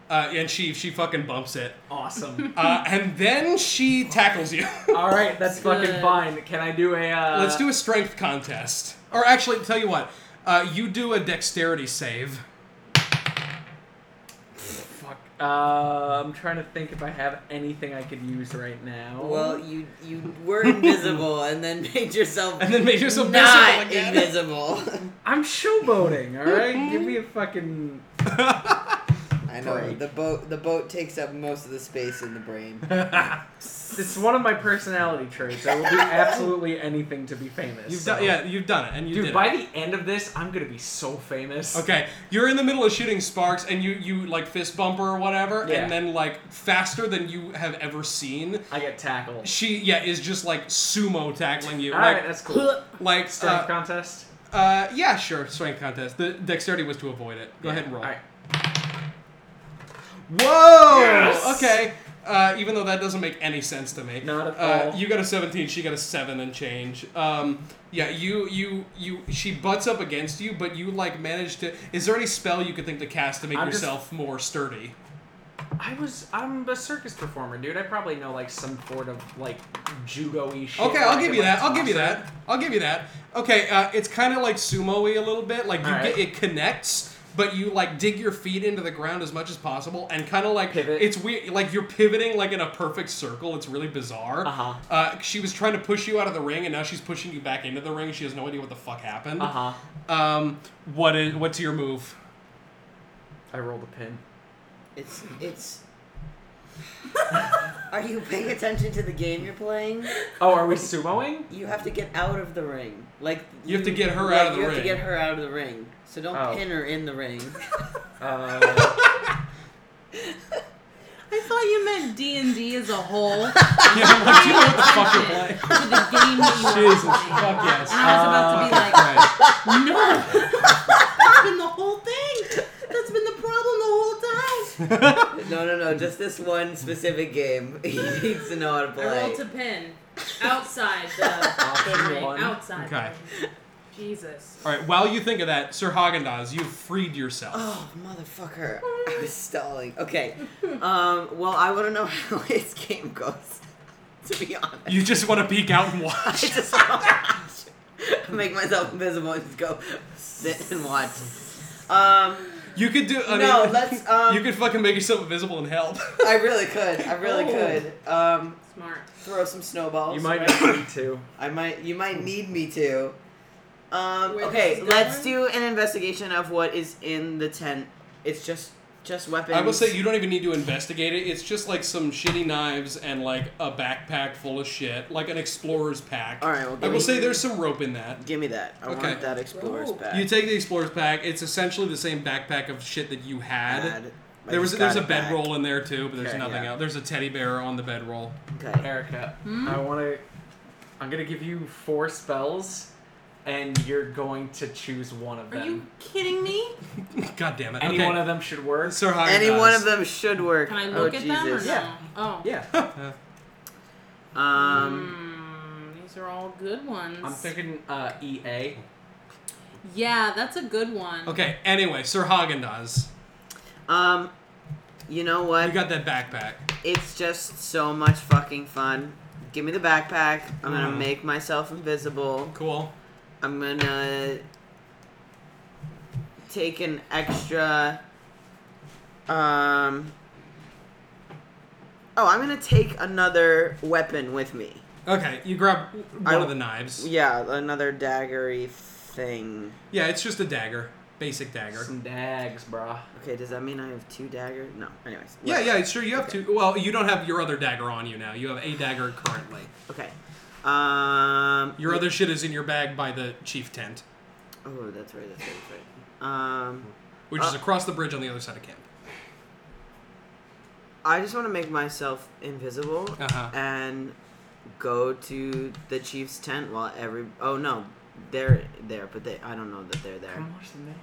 Speaker 2: uh, and she she fucking bumps it,
Speaker 3: Awesome.
Speaker 2: uh, and then she tackles you.
Speaker 3: All right, that's fucking
Speaker 5: Good.
Speaker 3: fine. Can I do a? Uh,
Speaker 2: Let's do a strength contest, or actually, tell you what, uh, you do a dexterity save.
Speaker 3: Fuck. Uh, I'm trying to think if I have anything I could use right now.
Speaker 4: well, you you were invisible and then made yourself
Speaker 2: And then make yourself
Speaker 4: not
Speaker 2: visible again.
Speaker 4: invisible.
Speaker 3: I'm showboating. All right, give me a fucking.
Speaker 4: I know
Speaker 3: Break.
Speaker 4: the boat. The boat takes up most of the space in the brain.
Speaker 3: It's one of my personality traits. I will do absolutely anything to be famous.
Speaker 2: You've
Speaker 3: so-
Speaker 2: done, yeah, you've done it, and you
Speaker 3: Dude,
Speaker 2: did it.
Speaker 3: by the end of this, I'm gonna be so famous.
Speaker 2: Okay, you're in the middle of shooting sparks, and you you like fist bumper or whatever,
Speaker 3: Yeah.
Speaker 2: and then like faster than you have ever seen.
Speaker 3: I get tackled.
Speaker 2: She yeah is just like sumo tackling you.
Speaker 3: All
Speaker 2: like
Speaker 3: right, that's cool.
Speaker 2: like
Speaker 3: Strength
Speaker 2: uh,
Speaker 3: contest.
Speaker 2: uh, yeah sure strength contest. The dexterity was to avoid it. Go ahead and roll.
Speaker 3: All right.
Speaker 2: Whoa.
Speaker 3: Yes!
Speaker 2: Okay. Uh, even though that doesn't make any sense to me.
Speaker 3: Not at
Speaker 2: uh,
Speaker 3: all.
Speaker 2: You got a 17. She got a seven and change. Um, yeah. You you you. She butts up against you, but you like manage to. Is there any spell you could think to cast to make
Speaker 3: I'm just-
Speaker 2: yourself more sturdy?
Speaker 3: I was I'm a circus performer, dude. I probably know like some sort of like judo-y shit.
Speaker 2: Okay,
Speaker 3: where I
Speaker 2: I'll give
Speaker 3: can,
Speaker 2: you
Speaker 3: like,
Speaker 2: that. I'll give you
Speaker 3: toss it.
Speaker 2: that. I'll give you that. Okay, uh, it's kind of like sumo-y a little bit. Like you
Speaker 3: Alright.
Speaker 2: get it connects, but you like dig your feet into the ground as much as possible, and kind of like
Speaker 3: Pivot.
Speaker 2: It's weird. Like you're pivoting like in a perfect circle. It's really bizarre.
Speaker 3: Uh-huh.
Speaker 2: Uh, she was trying to push you out of the ring, and now she's pushing you back into the ring. She has no idea what the fuck happened.
Speaker 3: Uh-huh.
Speaker 2: Um, what is what's your move?
Speaker 3: I rolled a pin.
Speaker 4: It's it's. Are you paying attention to the game you're playing?
Speaker 3: Oh, are we sumoing?
Speaker 4: You have to get out of the ring. Like
Speaker 2: You have to get her
Speaker 4: like,
Speaker 2: out of the
Speaker 4: you
Speaker 2: ring.
Speaker 4: have to get her out of the ring. So don't
Speaker 3: Oh.
Speaker 4: pin her in the ring.
Speaker 3: Uh,
Speaker 5: I thought you meant D and D as a whole.
Speaker 2: Yeah, I'm like, oh. do you know what the fuck you're
Speaker 5: to
Speaker 2: playing?
Speaker 5: the game that you were
Speaker 2: Jesus,
Speaker 5: playing.
Speaker 2: fuck yes. Uh,
Speaker 5: And I was about
Speaker 2: Right.
Speaker 5: to be like, no. That's been the whole thing. That's been the problem the whole time.
Speaker 4: no, no, no. Just this one specific game. he needs to know how to
Speaker 5: I rolled
Speaker 4: play.
Speaker 5: to pin outside the, the
Speaker 3: Option
Speaker 5: ring.
Speaker 3: one.
Speaker 5: Outside. the
Speaker 2: Okay.
Speaker 5: ring. Jesus.
Speaker 2: All right. While you think of that, Sir Hagendaz, you've freed yourself.
Speaker 4: Oh motherfucker! I was stalling. Okay. Um. Well, I want to know how his game goes. To be honest.
Speaker 2: You just want to peek out and
Speaker 4: I
Speaker 2: watch.
Speaker 4: just watch. Make myself invisible and just go sit and watch. Um,
Speaker 2: You could do. I
Speaker 4: no,
Speaker 2: mean,
Speaker 4: let's. Um,
Speaker 2: you could fucking make yourself invisible and help.
Speaker 4: I really could. I really
Speaker 2: Oh.
Speaker 4: could. Um,
Speaker 5: Smart.
Speaker 4: throw some snowballs.
Speaker 3: you might be me too.
Speaker 4: I might. You might need me to. Um,
Speaker 5: Where
Speaker 4: okay,
Speaker 5: this is
Speaker 4: let's do
Speaker 5: going?
Speaker 4: an investigation of what is in the tent. It's just just weapons.
Speaker 2: I will say you don't even need to investigate it. It's just like some shitty knives and like a backpack full of shit, like an explorer's pack.
Speaker 4: All right, well,
Speaker 2: I
Speaker 4: give
Speaker 2: will
Speaker 4: me-
Speaker 2: say there's some rope in that.
Speaker 4: Give me that. I
Speaker 2: Okay.
Speaker 4: want that explorer's
Speaker 5: Rope.
Speaker 4: pack.
Speaker 2: You take the explorer's pack. It's essentially the same backpack of shit that you had.
Speaker 4: Bad. I
Speaker 2: There was
Speaker 4: just
Speaker 2: there's a
Speaker 4: got it back.
Speaker 2: bedroll in there too, but there's
Speaker 3: Okay,
Speaker 2: nothing
Speaker 3: yeah.
Speaker 2: else. There's a teddy bear on the bedroll.
Speaker 4: Okay.
Speaker 3: Erica,
Speaker 5: Hmm?
Speaker 3: I want to. I'm gonna give you four spells, and you're going to choose one of
Speaker 5: Are
Speaker 3: them.
Speaker 5: you kidding me?
Speaker 2: God damn it.
Speaker 3: Any
Speaker 2: okay.
Speaker 3: one of them should work.
Speaker 2: Sir Hagen
Speaker 4: Any one
Speaker 2: does.
Speaker 4: of them should work.
Speaker 5: Can I
Speaker 4: oh,
Speaker 5: look at
Speaker 4: Jesus.
Speaker 5: them or no?
Speaker 3: Yeah.
Speaker 5: Oh.
Speaker 3: yeah,
Speaker 4: Um,
Speaker 5: Mm, these are all good ones.
Speaker 3: I'm thinking uh, EA.
Speaker 5: Yeah, that's a good one.
Speaker 2: Okay, anyway, Sir Hagen does.
Speaker 5: Hmm.
Speaker 4: um, you know what?
Speaker 2: You got that backpack.
Speaker 4: It's just so much fucking fun. Give me the backpack. I'm
Speaker 2: Mm.
Speaker 4: gonna make myself invisible.
Speaker 2: Cool.
Speaker 4: I'm gonna take an extra. Um. Oh, I'm gonna take another weapon with me.
Speaker 2: Okay, you grab one
Speaker 4: I-
Speaker 2: of the knives.
Speaker 4: Yeah, another daggery thing.
Speaker 2: Yeah, it's just a dagger. basic dagger.
Speaker 3: Some dags, brah.
Speaker 4: Okay, does that mean I have two daggers? No. Anyways.
Speaker 2: Yeah, yeah, sure. You have to. Well, you don't have your other dagger on you now. You have a dagger currently.
Speaker 4: Okay. Um.
Speaker 2: Your other shit is in your bag by the chief tent,
Speaker 4: Oh, that's right. That's right. That's right. Um.
Speaker 2: which is
Speaker 4: Uh.
Speaker 2: across the bridge on the other side of camp.
Speaker 4: I just want to make myself invisible
Speaker 2: Uh-huh.
Speaker 4: and go to the chief's tent while every. Oh no, they're there, but they. I don't know that they're there.
Speaker 3: Come watch the match.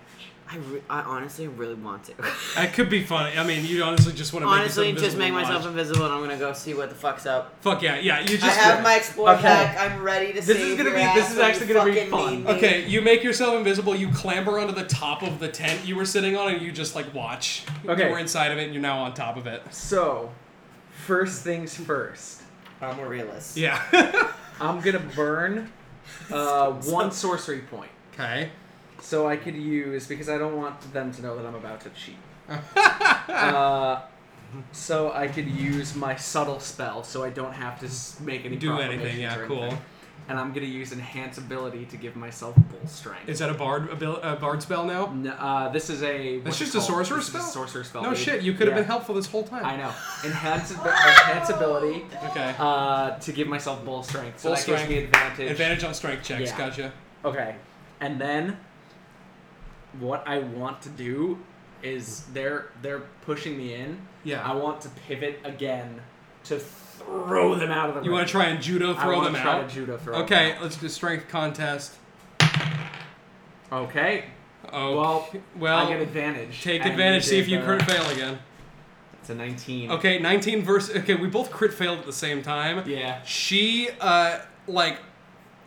Speaker 4: I, re- I honestly really want to.
Speaker 2: That could be funny. I mean, you honestly just want to
Speaker 4: honestly,
Speaker 2: make yourself
Speaker 4: just
Speaker 2: invisible
Speaker 4: make
Speaker 2: and
Speaker 4: myself
Speaker 2: watch.
Speaker 4: invisible, and I'm gonna go see what the fuck's up.
Speaker 2: Fuck yeah, yeah. You just
Speaker 4: I have my explore
Speaker 3: Okay.
Speaker 4: pack. I'm ready to.
Speaker 3: is
Speaker 4: save
Speaker 3: gonna
Speaker 4: your
Speaker 3: be-
Speaker 4: Ass
Speaker 3: this is
Speaker 4: when
Speaker 3: actually
Speaker 4: you
Speaker 3: gonna be
Speaker 4: fucking
Speaker 3: fun.
Speaker 4: need me.
Speaker 2: Okay, you make yourself invisible. You clamber onto the top of the tent you were sitting on, and you just like watch.
Speaker 3: Okay.
Speaker 2: you were inside of it, and you're now on top of it.
Speaker 3: So, first things first.
Speaker 4: I'm a realist.
Speaker 2: Yeah.
Speaker 3: I'm gonna burn uh, one sorcery point,
Speaker 2: okay.
Speaker 3: so I could use because I don't want them to know that I'm about to cheat. uh, so I could use my subtle spell, so I don't have to s- make any
Speaker 2: Do anything?
Speaker 3: proclamations
Speaker 2: Yeah.
Speaker 3: or
Speaker 2: Cool.
Speaker 3: anything. And I'm gonna use enhance ability to give myself bull strength.
Speaker 2: Is that a bard abil- a bard spell now?
Speaker 3: N- uh, this is a.
Speaker 2: That's
Speaker 3: what's
Speaker 2: just
Speaker 3: it
Speaker 2: a
Speaker 3: called?
Speaker 2: sorcerer
Speaker 3: This is a
Speaker 2: spell?
Speaker 3: sorcerer spell.
Speaker 2: No
Speaker 3: dude.
Speaker 2: shit. You could have
Speaker 3: Yeah.
Speaker 2: been helpful this whole time.
Speaker 3: I know. Enhance, ab- enhance ability
Speaker 2: Okay.
Speaker 3: uh, to give myself bull strength. So
Speaker 2: Bull
Speaker 3: that
Speaker 2: strength.
Speaker 3: gives me advantage.
Speaker 2: Advantage on strength checks.
Speaker 3: Yeah.
Speaker 2: Gotcha.
Speaker 3: Okay. And then what I want to do is they're they're pushing me in.
Speaker 2: Yeah.
Speaker 3: I want to pivot again to throw them out of the
Speaker 2: You want to try and judo
Speaker 3: I
Speaker 2: throw
Speaker 3: wanna
Speaker 2: them
Speaker 3: try
Speaker 2: out?
Speaker 3: to judo throw them
Speaker 2: Okay, let's do strength contest.
Speaker 3: out. Okay.
Speaker 2: Oh
Speaker 3: Well, I get
Speaker 2: well
Speaker 3: advantage.
Speaker 2: take
Speaker 3: and
Speaker 2: advantage. See if
Speaker 3: did
Speaker 2: you crit
Speaker 3: the-
Speaker 2: fail again.
Speaker 3: It's a 19.
Speaker 2: Okay, 19 versus. Okay, we both crit failed at the same time.
Speaker 3: Yeah.
Speaker 2: She uh like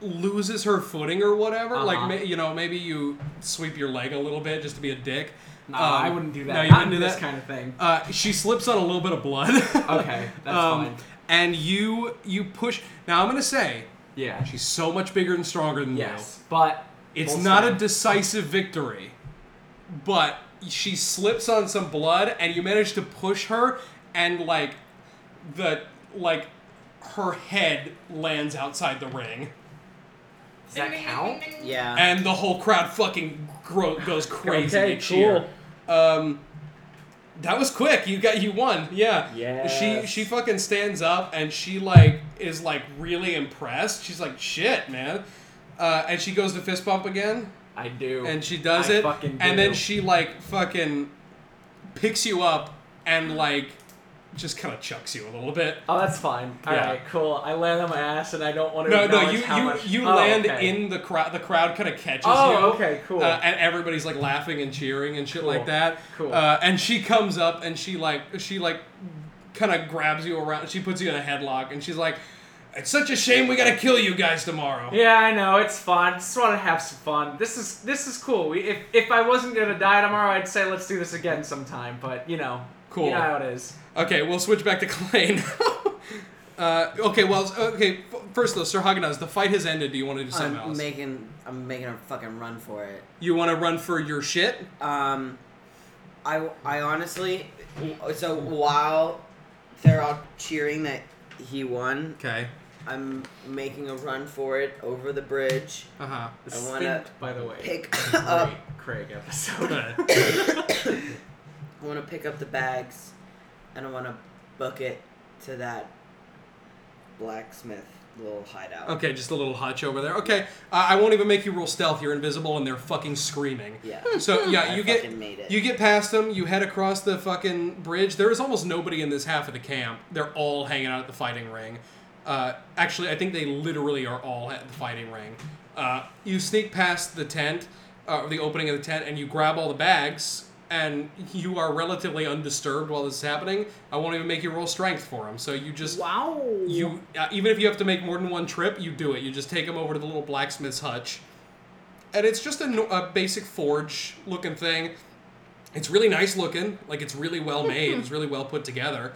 Speaker 2: loses her footing or whatever.
Speaker 3: Uh-huh.
Speaker 2: Like ma- you know maybe you sweep your leg a little bit just to be a dick.
Speaker 3: No,
Speaker 2: Um,
Speaker 3: I wouldn't do that.
Speaker 2: No, you
Speaker 3: Not
Speaker 2: wouldn't do
Speaker 3: this
Speaker 2: that.
Speaker 3: kind of thing.
Speaker 2: uh, she slips on a little bit of blood.
Speaker 3: Okay, that's
Speaker 2: um,
Speaker 3: fine.
Speaker 2: And you you push. Now I'm gonna say
Speaker 3: Yeah.
Speaker 2: she's so much bigger and stronger than you.
Speaker 3: Yes, but
Speaker 2: It's
Speaker 3: Full
Speaker 2: not a
Speaker 3: slam.
Speaker 2: decisive victory, but she slips on some blood, and you manage to push her, and like the like her head lands outside the ring,
Speaker 3: Does that count?
Speaker 4: Yeah.
Speaker 2: and the whole crowd fucking gro- goes crazy.
Speaker 3: Okay,
Speaker 2: to cheer.
Speaker 3: cool.
Speaker 2: Um, that was quick. You got you won. Yeah. She
Speaker 3: Yes.
Speaker 2: she fucking stands up and she like is like really impressed. She's like shit, man. Uh, and she goes to fist bump again.
Speaker 3: I do.
Speaker 2: and she does
Speaker 3: I
Speaker 2: it
Speaker 3: Fucking do.
Speaker 2: and then she like fucking picks you up and like just kind of chucks you a little bit
Speaker 3: Oh, that's fine. All right,
Speaker 2: Yeah.
Speaker 3: cool. I land on my ass, and I don't want to.
Speaker 2: no no
Speaker 3: acknowledge
Speaker 2: you
Speaker 3: how
Speaker 2: you,
Speaker 3: much...
Speaker 2: you
Speaker 3: Oh,
Speaker 2: land
Speaker 3: okay.
Speaker 2: in the crowd the crowd kind of catches you
Speaker 3: Oh, okay, cool.
Speaker 2: uh, and everybody's like laughing and cheering and shit
Speaker 3: Cool.
Speaker 2: like that
Speaker 3: Cool.
Speaker 2: uh, and she comes up and she like she like kind of grabs you around she puts you in a headlock and she's like it's such a shame we gotta kill you guys tomorrow
Speaker 3: yeah, I know. It's fun. Just want to have some fun. This is this is cool. We, if if I wasn't gonna die tomorrow, I'd say let's do this again sometime. But you know,
Speaker 2: Cool.
Speaker 3: You know how it is.
Speaker 2: Okay, we'll switch back to Clay now. uh, okay, well, okay. f- First though, Sir Hagenaz, the fight has ended. Do you want to do something
Speaker 4: I'm
Speaker 2: else?
Speaker 4: making. I'm making a fucking run for it.
Speaker 2: you want to run for your shit?
Speaker 4: Um, I, I honestly, so while they're all cheering that he won,
Speaker 2: Okay.
Speaker 4: I'm making a run for it over the bridge.
Speaker 2: Uh huh.
Speaker 4: I wanna
Speaker 3: Stinked, by the way.
Speaker 4: Pick
Speaker 3: great
Speaker 4: up.
Speaker 3: Craig episode.
Speaker 4: I want to pick up the bags, and I want to book it to that blacksmith little hideout.
Speaker 2: okay, just a little hutch over there. Okay, uh, I won't even make you roll stealth. You're invisible, and they're fucking screaming.
Speaker 4: Yeah.
Speaker 2: Hmm, So yeah,
Speaker 4: I
Speaker 2: you get
Speaker 4: fucking made it.
Speaker 2: you get past them. You head across the fucking bridge. There is almost nobody in this half of the camp. They're all hanging out at the fighting ring. Uh, actually, I think they literally are all at the fighting ring. Uh, you sneak past the tent, uh, or the opening of the tent, and you grab all the bags. And you are relatively undisturbed while this is happening. I won't even make you roll strength for them. So you just
Speaker 5: Wow.
Speaker 2: you uh, even if you have to make more than one trip, you do it. You just take them over to the little blacksmith's hutch, and it's just a, no- a basic forge looking thing. It's really nice looking, like it's really well made. it's really well put together,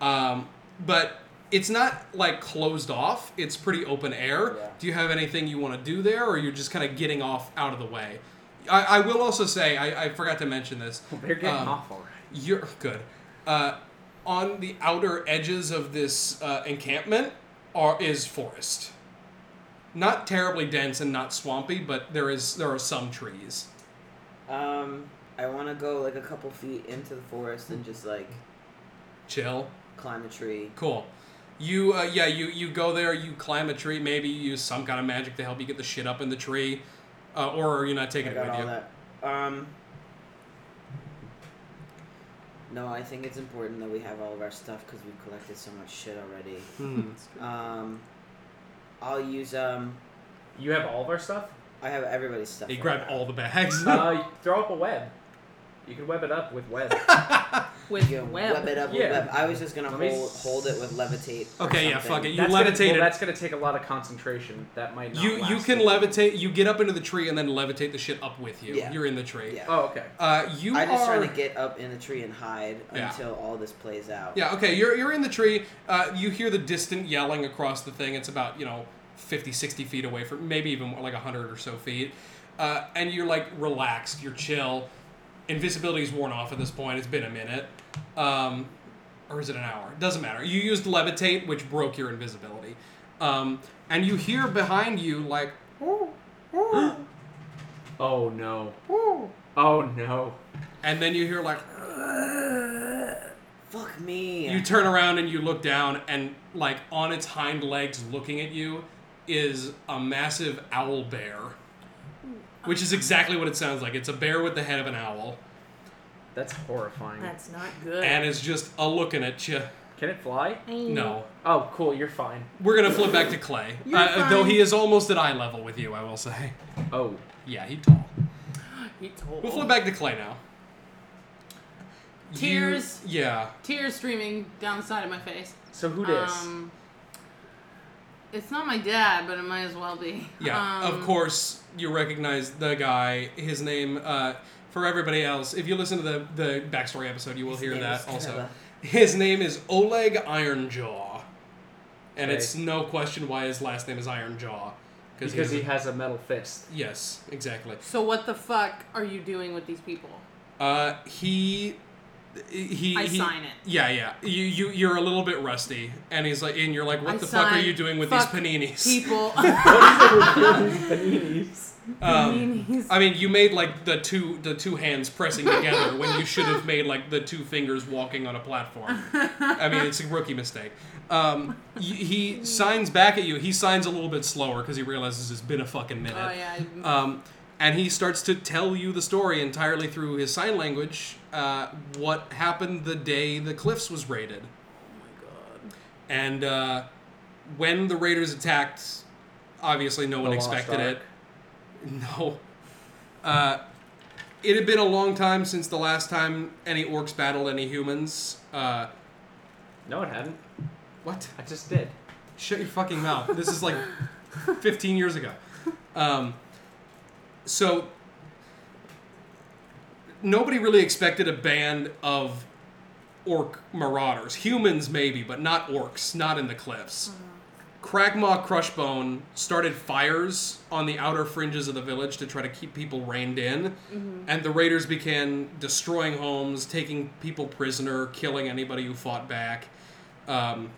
Speaker 2: um, but it's not like closed off. It's pretty open air.
Speaker 4: Yeah.
Speaker 2: Do you have anything you want to do there, or you're just kind of getting off out of the way? I, I will also say I, I forgot to mention this.
Speaker 3: They're getting
Speaker 2: Um,
Speaker 3: off already.
Speaker 2: You're good. Uh, on the outer edges of this uh, encampment are is forest. Not terribly dense and not swampy, but there is there are some trees.
Speaker 4: Um, I want to go like a couple feet into the forest and just like
Speaker 2: Chill.
Speaker 4: climb a tree.
Speaker 2: Cool. You, uh, yeah, you, you go there, you climb a tree, maybe you use some kind of magic to help you get the shit up in the tree. Uh, or are you not taking
Speaker 4: I
Speaker 2: it
Speaker 4: got
Speaker 2: with
Speaker 4: all
Speaker 2: you?
Speaker 4: that. Um. No, I think it's important that we have all of our stuff because we've collected so much shit already.
Speaker 2: Hmm.
Speaker 4: Um, I'll use um.
Speaker 3: You have all of our stuff.
Speaker 4: I have everybody's stuff.
Speaker 2: They
Speaker 4: right
Speaker 2: grab
Speaker 4: now.
Speaker 2: all the bags.
Speaker 3: Uh, throw up a web. You can web it up with web.
Speaker 5: With
Speaker 4: Yeah,
Speaker 5: web.
Speaker 4: web it up
Speaker 3: Yeah.
Speaker 4: with web. I was just gonna
Speaker 3: Let me
Speaker 4: hold,
Speaker 3: s-
Speaker 4: hold it with levitate. or
Speaker 2: okay, yeah,
Speaker 4: something.
Speaker 2: fuck it. You
Speaker 3: that's Gonna,
Speaker 2: levitate
Speaker 3: well,
Speaker 2: it.
Speaker 3: that's gonna take a lot of concentration. That might not.
Speaker 2: you you
Speaker 3: last
Speaker 2: can
Speaker 3: too long.
Speaker 2: levitate. You get up into the tree and then levitate the shit up with you.
Speaker 4: Yeah.
Speaker 2: You're in the tree.
Speaker 4: Yeah.
Speaker 3: Oh, okay.
Speaker 2: Uh, you
Speaker 4: I'm just
Speaker 2: are.
Speaker 4: trying to get up in the tree and hide
Speaker 2: Yeah.
Speaker 4: until all this plays out.
Speaker 2: Yeah, okay, you're, you're in the tree. Uh, you hear the distant yelling across the thing. It's about, you know, 50, 60 feet away from maybe even more, like 100 or so feet. Uh, and you're like relaxed, you're chill. Invisibility's worn off at this point. It's been a minute. Um, or is it an hour? Doesn't matter. You used levitate, which broke your invisibility. Um, and you hear behind you, like,
Speaker 3: Oh no. Oh no.
Speaker 2: and then you hear, like,
Speaker 4: Fuck me.
Speaker 2: You turn around and you look down, and like on its hind legs, looking at you, is a massive owl bear, which is exactly what it sounds like. It's a bear with the head of an owl,
Speaker 3: That's horrifying.
Speaker 5: That's not good.
Speaker 2: and is just a looking at you.
Speaker 3: Can it fly?
Speaker 2: No,
Speaker 3: Oh, cool. You're fine.
Speaker 2: we're gonna flip back to Clay, uh, though he is almost at eye level with you. I will say,
Speaker 3: Oh,
Speaker 2: yeah, he tall.
Speaker 5: He told.
Speaker 2: We'll flip back to Clay now. You-
Speaker 5: Tears.
Speaker 2: yeah.
Speaker 5: Tears streaming down the side of my face.
Speaker 3: so who dis?
Speaker 5: Um, it's not my dad, but it might as well be.
Speaker 2: Yeah,
Speaker 5: Um,
Speaker 2: of course you recognize the guy. His name uh, for everybody else. If you listen to the the backstory episode, you will
Speaker 4: His
Speaker 2: hear
Speaker 4: name
Speaker 2: that
Speaker 4: is
Speaker 2: also.
Speaker 4: Trevor.
Speaker 2: His name is Oleg Ironjaw, and
Speaker 3: Okay.
Speaker 2: it's no question why his last name is Ironjaw
Speaker 3: because he
Speaker 2: he's-
Speaker 3: has a metal fist.
Speaker 2: yes, exactly.
Speaker 5: So what the fuck are you doing with these people?
Speaker 2: Uh, he. He,
Speaker 5: I
Speaker 2: he-
Speaker 5: sign it.
Speaker 2: Yeah, yeah. You you you're a little bit rusty, and he's like, and you're like, what
Speaker 5: I
Speaker 2: the fuck are
Speaker 5: sign
Speaker 2: you doing with
Speaker 5: fuck
Speaker 2: these paninis?
Speaker 5: People.
Speaker 2: Um, I mean, you made like the two the two hands pressing together when you should have made like the two fingers walking on a platform. I mean, it's a rookie mistake. Um, y- he signs back at you. He signs a little bit slower because he realizes it's been a fucking minute.
Speaker 5: oh yeah. I-
Speaker 2: Um, and he starts to tell you the story entirely through his sign language. Uh, what happened the day the cliffs was raided?
Speaker 5: oh my god.
Speaker 2: And uh, when the Raiders attacked, obviously no one
Speaker 3: The Lost
Speaker 2: expected
Speaker 3: Ark.
Speaker 2: it. No. Uh, it had been a long time since the last time any orcs battled any humans. Uh,
Speaker 3: No, it hadn't.
Speaker 2: what?
Speaker 3: I just did.
Speaker 2: Shut your fucking mouth. This is like 15 years ago. Um, so, nobody really expected a band of orc marauders. Humans, maybe, but not orcs, not in the cliffs. Cragmaw Crushbone started fires on the outer fringes of the village to try to keep people reined in, and the raiders began destroying homes, taking people prisoner, killing anybody who fought back. Um,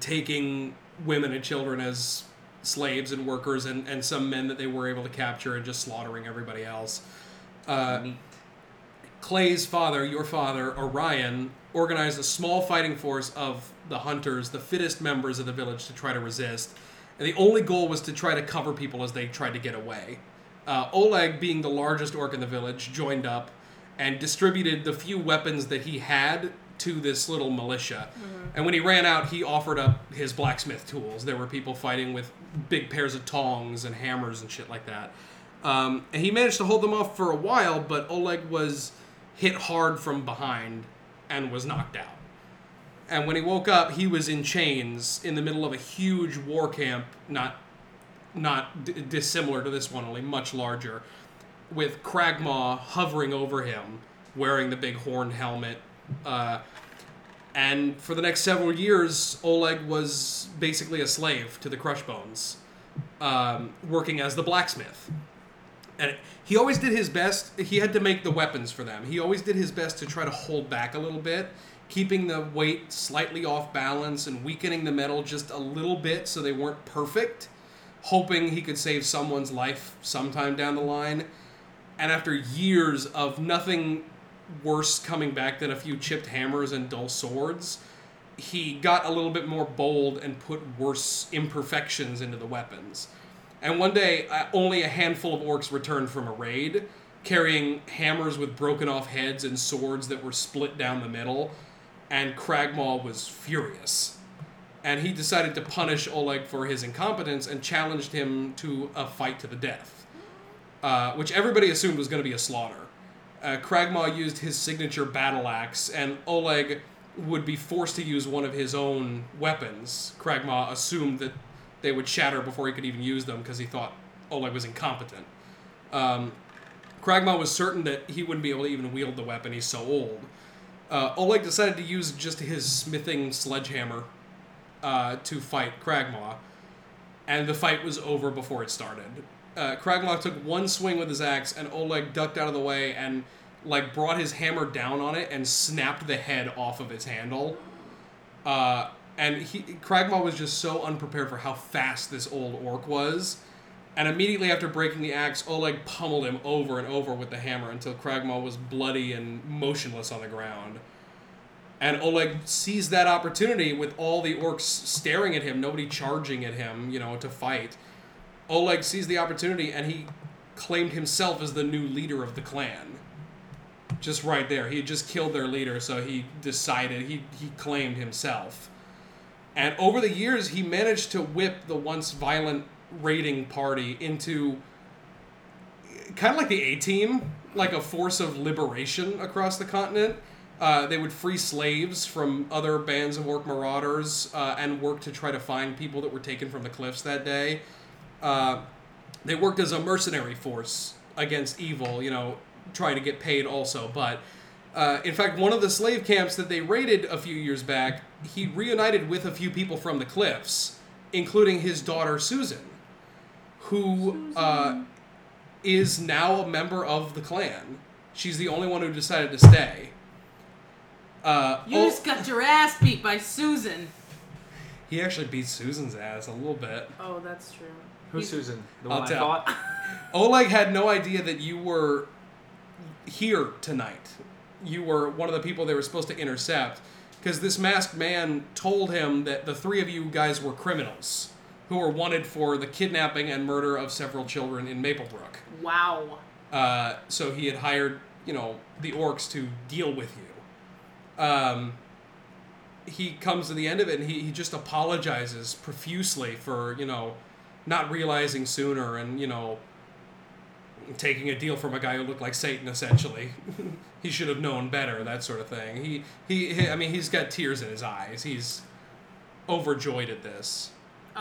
Speaker 2: taking women and children as slaves and workers and, and some men that they were able to capture and just slaughtering everybody else. Uh,
Speaker 3: Neat.
Speaker 2: Clay's father, your father, Orion, organized a small fighting force of the hunters, the fittest members of the village, to try to resist. And the only goal was to try to cover people as they tried to get away. Uh, Oleg, being the largest orc in the village, joined up and distributed the few weapons that he had to this little militia. And when he ran out, he offered up his blacksmith tools. There were people fighting with big pairs of tongs and hammers and shit like that. Um, and he managed to hold them off for a while, but Oleg was hit hard from behind and was knocked out. And when he woke up, he was in chains in the middle of a huge war camp, not not d- dissimilar to this one, only much larger, with Cragmaw hovering over him, wearing the big horn helmet. Uh, and for the next several years, Oleg was basically a slave to the Crushbones, um, working as the blacksmith. And he always did his best. He had to make the weapons for them. He always did his best to try to hold back a little bit, keeping the weight slightly off balance and weakening the metal just a little bit so they weren't perfect, hoping he could save someone's life sometime down the line and after years of nothing worse coming back than a few chipped hammers and dull swords, he got a little bit more bold and put worse imperfections into the weapons. And one day, uh, only a handful of orcs returned from a raid, carrying hammers with broken off heads and swords that were split down the middle. And Cragmaw was furious. And he decided to punish Oleg for his incompetence and challenged him to a fight to the death, uh, which everybody assumed was going to be a slaughter. Uh, Cragmaw used his signature battle axe, and Oleg would be forced to use one of his own weapons. Cragmaw assumed that they would shatter before he could even use them because he thought Oleg was incompetent. Um, Kragma was certain that he wouldn't be able to even wield the weapon, he's so old. Uh, Oleg decided to use just his smithing sledgehammer uh, to fight Kragmaw, and the fight was over before it started. Uh, Kragmaw took one swing with his axe, and Oleg ducked out of the way and like brought his hammer down on it and snapped the head off of its handle. Uh, and he Kragmaw was just so unprepared for how fast this old orc was. And immediately after breaking the axe, Oleg pummeled him over and over with the hammer until Kragmaw was bloody and motionless on the ground. And Oleg seized that opportunity with all the orcs staring at him, nobody charging at him, you know, to fight. Oleg seized the opportunity and he claimed himself as the new leader of the clan. Just right there. He had just killed their leader, so he decided, he, he claimed himself. And over the years, he managed to whip the once violent raiding party into kind of like the A Team, like a force of liberation across the continent. Uh, they would free slaves from other bands of orc marauders uh, and work to try to find people that were taken from the cliffs that day. Uh, they worked as a mercenary force against evil, you know, trying to get paid also. But uh, in fact, one of the slave camps that they raided a few years back, he reunited with a few people from the cliffs, including his daughter Susan, who uh, is now a member of the clan. She's the only one who decided to stay. Uh,
Speaker 5: You
Speaker 2: oh-
Speaker 5: just got your ass beat by Susan.
Speaker 2: he actually beat Susan's ass a little bit.
Speaker 5: Oh, that's true.
Speaker 3: Who's Susan? The
Speaker 2: I'll
Speaker 3: one
Speaker 2: tell.
Speaker 3: I thought.
Speaker 2: Oleg had no idea that you were here tonight. You were one of the people they were supposed to intercept because this masked man told him that the three of you guys were criminals who were wanted for the kidnapping and murder of several children in Maplebrook.
Speaker 5: Wow.
Speaker 2: Uh, so he had hired, you know, the orcs to deal with you. Um, he comes to the end of it and he, he just apologizes profusely for, you know, not realizing sooner and, you know, taking a deal from a guy who looked like Satan, essentially. he should have known better, that sort of thing. He, he, he, I mean, he's got tears in his eyes. He's overjoyed at this.
Speaker 5: Uh,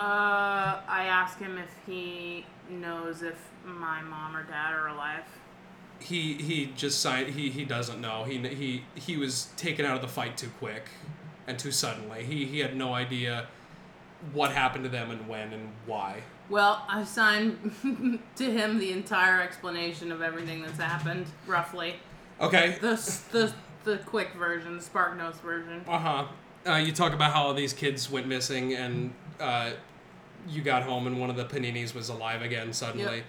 Speaker 5: I ask him if he knows if my mom or dad are alive.
Speaker 2: he he just signed he he doesn't know he he he was taken out of the fight too quick and too suddenly he he had no idea what happened to them and when and why
Speaker 5: Well, I signed to him the entire explanation of everything that's happened, roughly.
Speaker 2: okay
Speaker 5: The s- the the quick version, the Spark Notes version.
Speaker 2: uh-huh uh, you talk about how all these kids went missing and uh, you got home and one of the paninis was alive again suddenly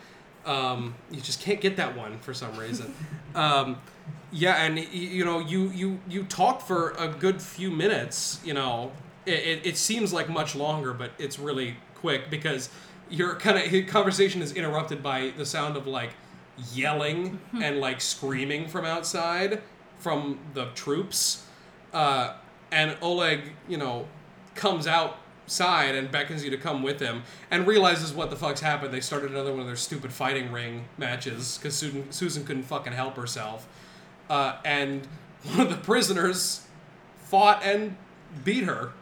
Speaker 2: um, you just can't get that one for some reason um, yeah and y- you know you you you talk for a good few minutes you know it, it, it seems like much longer but it's really quick because your kind of your conversation is interrupted by the sound of like yelling and like screaming from outside from the troops uh, and oleg you know comes outside and beckons you to come with him and realizes what the fuck's happened. They started another one of their stupid fighting ring matches because Susan, Susan couldn't fucking help herself. Uh, and one of the prisoners fought and beat her,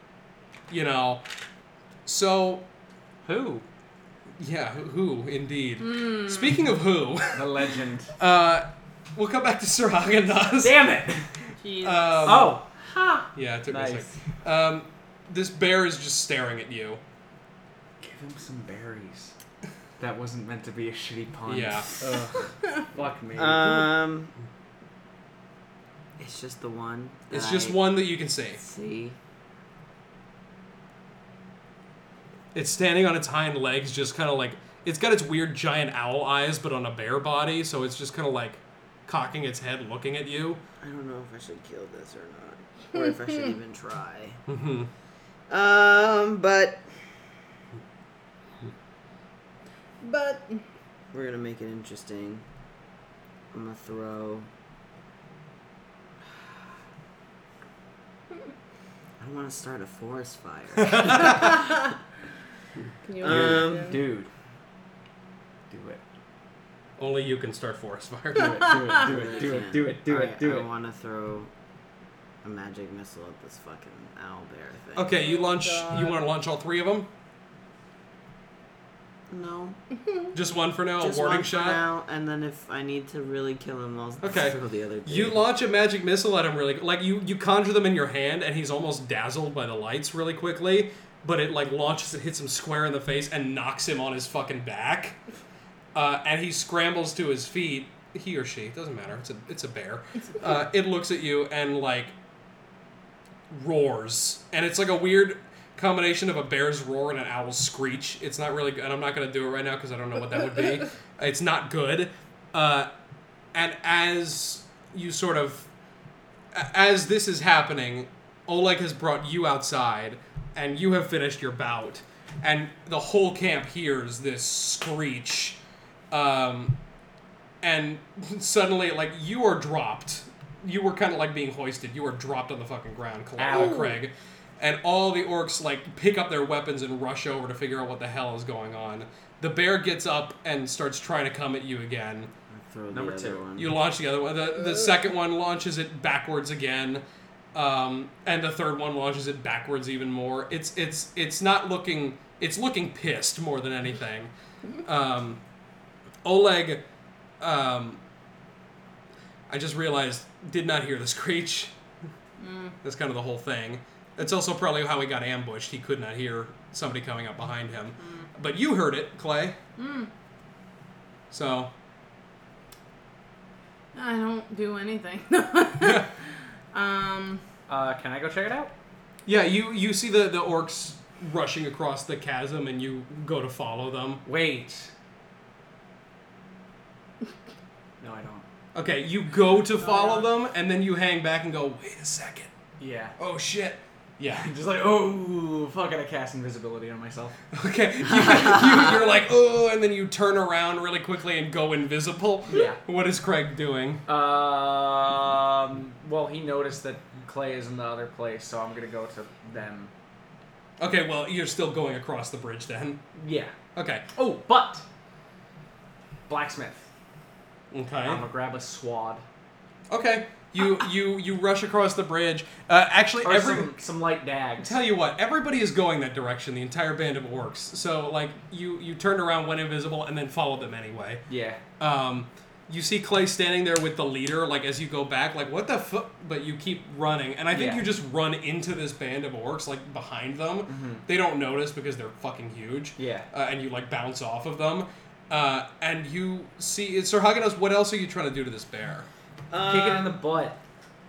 Speaker 2: you know. So,
Speaker 3: Who?
Speaker 2: yeah, who, who indeed. Speaking of who,
Speaker 3: The legend.
Speaker 2: uh, we'll come back to Sir Haagen-Dazs.
Speaker 3: Damn it!
Speaker 5: Jeez.
Speaker 2: Um,
Speaker 3: Oh,
Speaker 5: ha!
Speaker 2: Yeah, it took me a
Speaker 3: nice.
Speaker 2: second. Um, this bear is just staring at you.
Speaker 3: Give him some berries. That wasn't meant to be a shitty pun.
Speaker 2: Yeah.
Speaker 3: Ugh. Fuck me.
Speaker 4: Um, it's just the one. that
Speaker 2: It's just
Speaker 4: I
Speaker 2: one that you can see.
Speaker 4: See.
Speaker 2: It's standing on its hind legs, just kind of like it's got its weird giant owl eyes, but on a bear body, so it's just kind of like cocking its head, looking at you.
Speaker 4: I don't know if I should kill this or not, or if I should even try.
Speaker 2: hmm
Speaker 4: Um, but
Speaker 6: But
Speaker 4: we're gonna make it interesting. I'm gonna throw. I don't want to start a forest fire.
Speaker 5: Can you
Speaker 4: Um,
Speaker 5: imagine?
Speaker 3: Dude. Do it.
Speaker 2: Only you can start forest fire.
Speaker 3: Do it, do it, do it, do it, do it, do
Speaker 4: I,
Speaker 3: it, do
Speaker 4: I
Speaker 3: it.
Speaker 4: want to throw a magic missile at this fucking owl bear thing.
Speaker 2: okay, you launch. You
Speaker 5: God.
Speaker 2: want to launch all three of them?
Speaker 4: No.
Speaker 2: Just one for
Speaker 3: Oh,
Speaker 2: now.
Speaker 4: just
Speaker 2: a warning
Speaker 4: one for
Speaker 2: shot.
Speaker 4: now, and then if I need to really kill him, I'll
Speaker 2: Okay.
Speaker 4: throw the other. Two.
Speaker 2: You launch a magic missile at him really like you you conjure them in your hand and he's almost dazzled by the lights really quickly, but it like launches it hits him square in the face and knocks him on his fucking back. Uh, and he scrambles to his feet. He or she doesn't matter. It's a it's a bear. Uh, it looks at you and like roars, and it's like a weird combination of a bear's roar and an owl's screech. It's not really good. and I'm not gonna do it right now because I don't know what that would be. It's not good. Uh, and as you sort of a- as this is happening oleg has brought you outside and you have finished your bout and the whole camp hears this screech um, and suddenly like you are dropped you were kind of like being hoisted you are dropped on the fucking ground Cla- uh,
Speaker 3: Ow.
Speaker 2: craig and all the orcs like pick up their weapons and rush over to figure out what the hell is going on the bear gets up and starts trying to come at you again
Speaker 4: throw
Speaker 3: Number
Speaker 4: the other
Speaker 3: two.
Speaker 4: One.
Speaker 2: you launch the other one. The, the second one launches it backwards again, um, and the third one launches it backwards even more. It's it's it's not looking. It's looking pissed more than anything. Um, Oleg, um, I just realized did not hear the screech. That's kind of the whole thing. That's also probably how he got ambushed. He could not hear somebody coming up behind him, but you heard it, Clay. So
Speaker 5: I don't do anything. um,
Speaker 3: Uh, can I go check it out?
Speaker 2: Yeah, you you see the the orcs rushing across the chasm, and you go to follow them.
Speaker 3: Wait. No, I don't.
Speaker 2: Okay, you go
Speaker 3: Oh,
Speaker 2: to follow them, and then you hang back and go, wait a second.
Speaker 3: Yeah.
Speaker 2: Oh shit. Yeah.
Speaker 3: Just like, oh, fuck, I cast invisibility on myself.
Speaker 2: Okay. You, you, you're like, oh, and then you turn around really quickly and go invisible.
Speaker 3: Yeah.
Speaker 2: What is Craig doing?
Speaker 3: Um, well, he noticed that Clay is in the other place, so I'm gonna go to them.
Speaker 2: Okay, well, you're still going across the bridge then.
Speaker 3: Yeah.
Speaker 2: Okay.
Speaker 3: Oh, but blacksmith. I'm
Speaker 2: Okay.
Speaker 3: gonna grab a swad.
Speaker 2: Okay. You you you rush across the bridge. Uh, actually,
Speaker 3: Or
Speaker 2: every
Speaker 3: some, some light dags.
Speaker 2: Tell you what, everybody is going that direction. The entire band of orcs. So like you you turned around, went invisible, and then followed them anyway.
Speaker 3: Yeah.
Speaker 2: Um, you see Clay standing there with the leader. Like as you go back, like what the fuck? But you keep running, and I think
Speaker 3: Yeah.
Speaker 2: you just run into this band of orcs, like behind them. They don't notice because they're fucking huge.
Speaker 3: Mm-hmm. Yeah.
Speaker 2: Uh, and you like bounce off of them, uh, and you see Sir Haganos. What else are you trying to do to this bear? Uh,
Speaker 3: Kick it in the butt.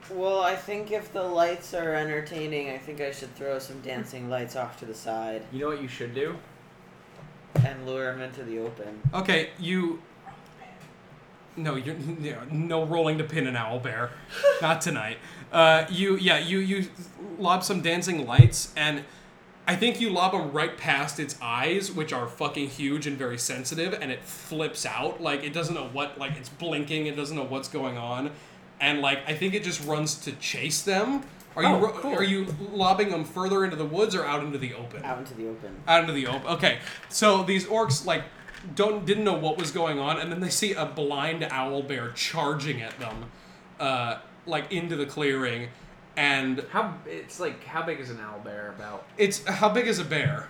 Speaker 4: Well, I think if the lights are entertaining, I think I should throw some dancing lights off to the side
Speaker 3: You know what you should do?
Speaker 4: and lure him into the open.
Speaker 2: Okay, you. No, you're yeah, no rolling to pin an owl bear, not tonight. Uh, you yeah you you lob some dancing lights and I think you lob them right past its eyes, which are fucking huge and very sensitive, and it flips out like it doesn't know what like it's blinking, it doesn't know what's going on, and like I think it just runs to chase them. Are you
Speaker 3: Oh,
Speaker 2: ro-
Speaker 3: cool.
Speaker 2: are you lobbing them further into the woods or out into the open?
Speaker 4: Out into the open.
Speaker 2: out into the open. Okay, so these orcs like don't didn't know what was going on, and then they see a blind owl bear charging at them, uh, like into the clearing, and
Speaker 3: How it's like how big is an owl bear? About
Speaker 2: it's how big is a bear?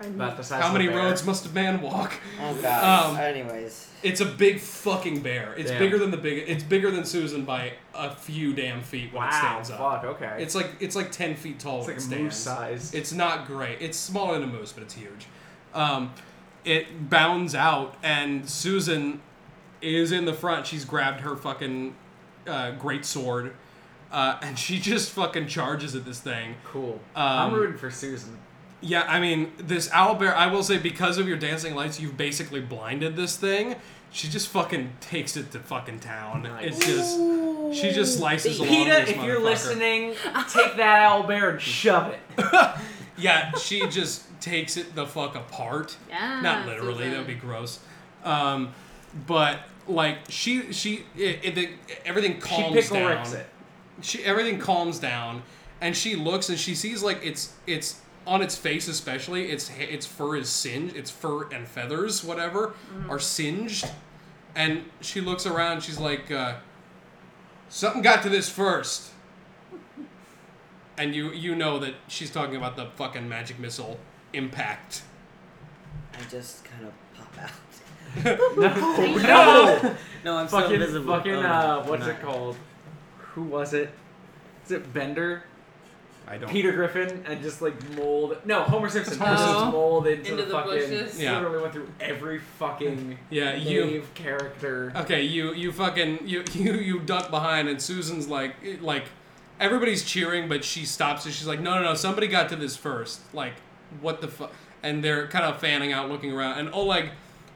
Speaker 3: about the size.
Speaker 2: How
Speaker 3: of a
Speaker 2: many
Speaker 3: bear.
Speaker 2: roads must a man walk?
Speaker 4: Oh god.
Speaker 2: Um,
Speaker 4: Anyways,
Speaker 2: It's a big fucking bear. It's
Speaker 3: Damn.
Speaker 2: bigger than the big. It's bigger than Susan by a few damn feet when
Speaker 3: Wow.
Speaker 2: it stands up.
Speaker 3: fuck. Okay.
Speaker 2: It's like it's like ten feet tall
Speaker 3: It's
Speaker 2: when
Speaker 3: like
Speaker 2: it
Speaker 3: a moose
Speaker 2: stands.
Speaker 3: size.
Speaker 2: It's not great. It's smaller than a moose, but it's huge. Um, it bounds out, and Susan is in the front. She's grabbed her fucking uh, great sword, uh, and she just fucking charges at this thing.
Speaker 3: cool.
Speaker 2: Um,
Speaker 3: I'm rooting for Susan.
Speaker 2: Yeah, I mean, this owlbear, I will say, because of your dancing lights, you've basically blinded this thing. She just fucking takes it to fucking town.
Speaker 3: Nice.
Speaker 2: It's just. She just slices along
Speaker 3: PETA,
Speaker 2: this
Speaker 3: if you're
Speaker 2: motherfucker.
Speaker 3: listening, take that owl bear and shove it.
Speaker 2: Yeah, she just takes it the fuck apart.
Speaker 5: Yeah,
Speaker 2: Not literally,
Speaker 5: Susan.
Speaker 2: that would be gross. Um, but, like, she. she it, it, everything
Speaker 3: She
Speaker 2: calms
Speaker 3: pickle
Speaker 2: down.
Speaker 3: rips it.
Speaker 2: she everything calms down and she looks and she sees like it's it's on its face especially its ha- its fur is singed its fur and feathers whatever are singed and she looks around she's like uh, something got to this first and you you know that she's talking about the fucking magic missile impact
Speaker 4: I just kind of pop out.
Speaker 3: No,
Speaker 4: No! No, I'm so
Speaker 3: fucking,
Speaker 4: invisible.
Speaker 3: fucking,
Speaker 4: Oh,
Speaker 3: uh,
Speaker 4: I'm
Speaker 3: what's
Speaker 4: not.
Speaker 3: it called? Who was it? Is it Bender?
Speaker 2: i don't
Speaker 3: Peter Griffin and just like mold. No, Homer Simpson.
Speaker 2: Homer
Speaker 3: Just
Speaker 5: Simpson.
Speaker 3: mold into,
Speaker 5: Into
Speaker 3: the,
Speaker 5: the
Speaker 3: fucking.
Speaker 5: bushes.
Speaker 2: Oh. Yeah.
Speaker 3: Literally went through every fucking
Speaker 2: Yeah,
Speaker 3: Dave
Speaker 2: you-
Speaker 3: character.
Speaker 2: Okay, you you fucking you you you duck behind, and Susan's like like everybody's cheering, but she stops and she's like, no no no, somebody got to this first. Like what the fuck? And they're kind of fanning out, looking around, and Oleg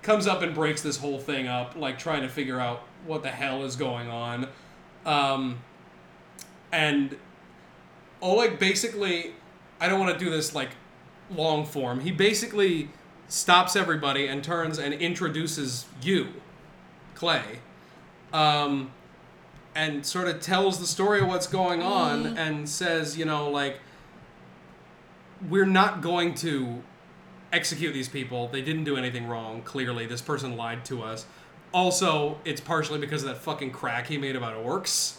Speaker 2: comes up and breaks this whole thing up, like trying to figure out what the hell is going on. Um, and Oleg basically, I don't want to do this like long form. He basically stops everybody and turns and introduces you, Clay, um, and sort of tells the story of what's going on and says, you know, like, we're not going to execute these people. They didn't do anything wrong. Clearly, this person lied to us. Also, it's partially because of that fucking crack he made about orcs.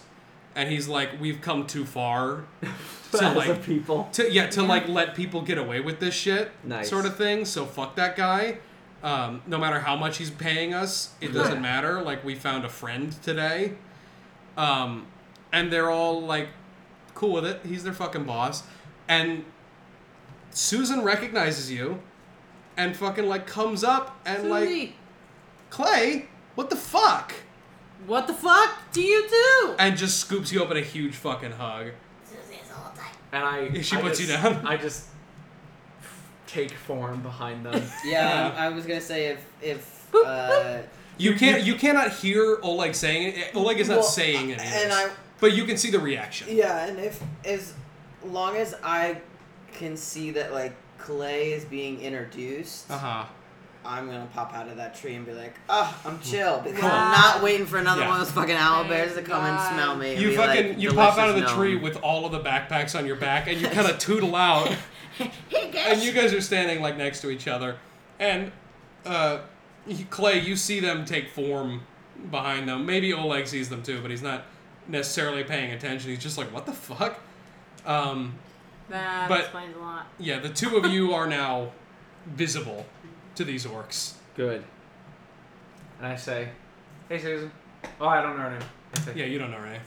Speaker 2: And he's like, we've come too far to
Speaker 3: As a
Speaker 2: like
Speaker 3: people.
Speaker 2: to yeah to like let people get away with this shit
Speaker 3: Nice.
Speaker 2: sort of thing so fuck that guy um, no matter how much he's paying us it doesn't matter like we found a friend today um, and they're all like cool with it he's their fucking boss and susan recognizes you and fucking like comes up and like
Speaker 5: Susie,
Speaker 2: clay what the fuck
Speaker 5: what the fuck do you do?
Speaker 2: and just scoops you up in a huge fucking hug
Speaker 3: And I.
Speaker 2: She
Speaker 3: I
Speaker 2: puts you
Speaker 3: just-
Speaker 2: down.
Speaker 3: I just take form behind them.
Speaker 4: Yeah, I was gonna say if if uh,
Speaker 2: You can't. You cannot hear Oleg saying it. Oleg is not
Speaker 4: Well,
Speaker 2: saying it,
Speaker 4: and I-
Speaker 2: but you can see the reaction.
Speaker 4: yeah, and if as long as I can see that like Clay is being introduced,
Speaker 2: Uh huh.
Speaker 4: I'm gonna pop out of that tree and be like, ah, I'm chill. Because
Speaker 5: Wow.
Speaker 4: I'm not waiting for another
Speaker 2: Yeah.
Speaker 4: one of those fucking owl
Speaker 5: Thank
Speaker 4: bears to come
Speaker 5: God.
Speaker 4: and smell me. and
Speaker 2: You
Speaker 4: be
Speaker 2: fucking.
Speaker 4: like,
Speaker 2: you pop out of the
Speaker 4: "Delicious
Speaker 2: tree
Speaker 4: gnome."
Speaker 2: with all of the backpacks on your back, and you kind of tootle out,
Speaker 5: Hey guys.
Speaker 2: and you guys are standing like next to each other, and uh, you- Clay, you see them take form behind them. Maybe Oleg sees them too, but he's not necessarily paying attention. He's just like, what the fuck? Um,
Speaker 5: that
Speaker 2: but-
Speaker 5: explains a lot.
Speaker 2: yeah, the two of you are now visible to these orcs.
Speaker 3: Good. And I say, "Hey, Susan. Oh, I don't know her name. I say,
Speaker 2: Yeah, you don't know, right?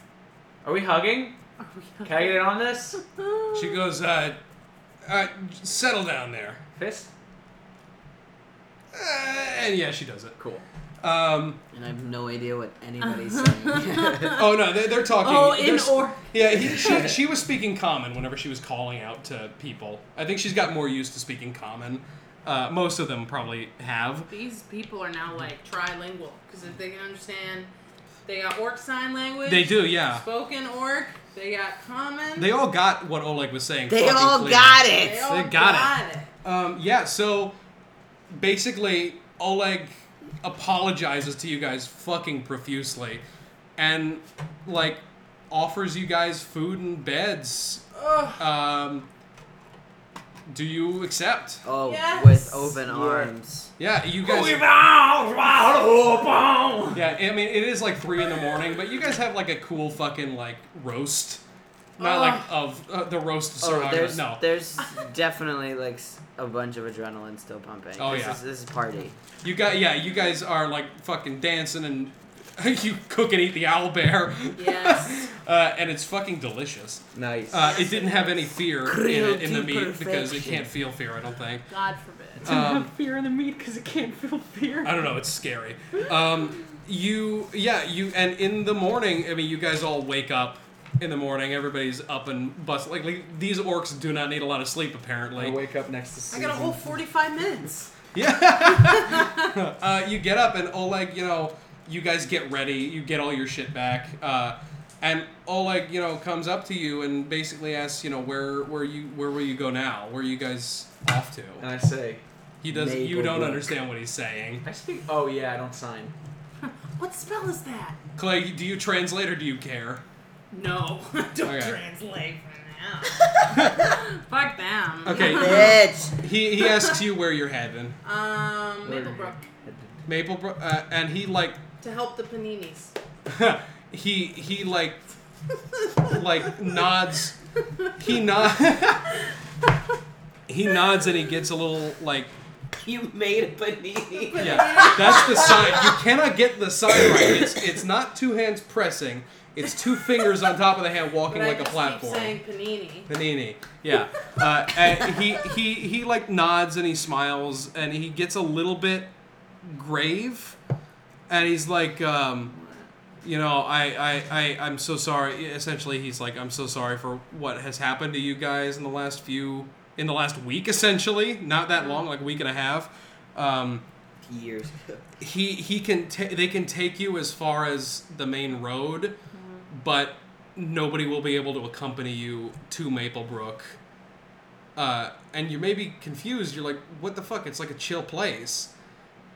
Speaker 3: Are we hugging?
Speaker 5: Are we
Speaker 3: Can I get in on this?
Speaker 2: She goes, uh, uh, settle down there.
Speaker 3: Fist?
Speaker 2: Uh, and yeah, she does it.
Speaker 3: Cool.
Speaker 2: Um,
Speaker 4: and I have no idea what anybody's saying.
Speaker 2: oh no, they, they're talking.
Speaker 5: Oh,
Speaker 2: they're
Speaker 5: in
Speaker 2: s-
Speaker 5: or
Speaker 2: Yeah, he, she, she was speaking common whenever she was calling out to people. I think she's got more used to speaking common. Uh, most of them probably have.
Speaker 5: these people are now like trilingual because if they can understand, they got orc sign language.
Speaker 2: They do, yeah.
Speaker 5: Spoken orc. They got common.
Speaker 2: They all got what Oleg was saying.
Speaker 4: they
Speaker 2: fucking
Speaker 4: all
Speaker 2: clear.
Speaker 4: got
Speaker 5: They
Speaker 4: it.
Speaker 5: all
Speaker 2: They got
Speaker 5: got it.
Speaker 2: Um, yeah, so basically, Oleg apologizes to you guys fucking profusely and, like, offers you guys food and beds. Um, do you accept?
Speaker 4: Oh,
Speaker 5: Yes.
Speaker 4: with open arms.
Speaker 2: Yeah, you guys.
Speaker 3: Oh,
Speaker 2: Yeah, I mean, it is like three in the morning, but you guys have like a cool fucking like roast, not like of uh, the roast.
Speaker 4: Uh-huh. Oh,
Speaker 2: Sriracha.
Speaker 4: there's
Speaker 2: no,
Speaker 4: there's definitely like s- a bunch of adrenaline still pumping.
Speaker 2: Oh,
Speaker 4: this
Speaker 2: yeah.
Speaker 4: is, this is party.
Speaker 2: You got yeah, you guys are like fucking dancing and you cook and eat the owl bear.
Speaker 5: Yes.
Speaker 2: Uh, and it's fucking delicious.
Speaker 3: Nice.
Speaker 2: Uh, it didn't have any fear in, it, in the meat
Speaker 4: Cruelty
Speaker 2: because it
Speaker 4: perfection.
Speaker 2: can't feel fear, I don't think.
Speaker 5: God forbid.
Speaker 2: Um,
Speaker 3: fear in the meat because it can't feel fear.
Speaker 2: I don't know, it's scary. Um, you yeah, you and in the morning, I mean you guys all wake up in the morning. Everybody's up and bust. Like, like, these orcs do not need a lot of sleep apparently.
Speaker 3: I wake up next to
Speaker 5: I
Speaker 3: Susan.
Speaker 5: got a whole 45 minutes.
Speaker 2: uh, you get up and Oleg, you know, you guys get ready. You get all your shit back. Uh, and Oleg, you know, comes up to you and basically asks, you know, where where you where will you go now? Where are you guys off to?
Speaker 3: and I say,
Speaker 2: He does. not You
Speaker 4: Mabel
Speaker 2: don't
Speaker 4: Brook.
Speaker 2: understand what he's saying.
Speaker 3: I speak. Oh yeah, I don't sign.
Speaker 5: What spell is that?
Speaker 2: Clay, do you translate or do you care?
Speaker 5: No, don't
Speaker 2: Okay.
Speaker 5: translate from now. Fuck them.
Speaker 2: Okay.
Speaker 4: Bitch.
Speaker 2: he he asks you where you're heading,
Speaker 5: Um, Maplebrook
Speaker 2: Maplebrook, uh, and he like
Speaker 5: to help the paninis.
Speaker 2: he he like like nods he nod he nods and he gets a little like
Speaker 4: You made a panini.
Speaker 2: yeah that's the sign you cannot get the sign right it's it's not two hands pressing it's two fingers on top of the hand walking
Speaker 5: But I
Speaker 2: like a
Speaker 5: just
Speaker 2: platform
Speaker 5: Keep saying panini.
Speaker 2: Panini. Yeah. Uh, and he he he like nods and he smiles and he gets a little bit grave, and he's like, um, you know, I I I I'm so sorry. Essentially, he's like, I'm so sorry for what has happened to you guys in the last few in the last week. Essentially, not that long, like a week and a half. Um,
Speaker 4: Years.
Speaker 2: he he can ta- they can take you as far as the main road, but nobody will be able to accompany you to Maplebrook. Uh, and you may be confused. You're like, what the fuck? It's like a chill place.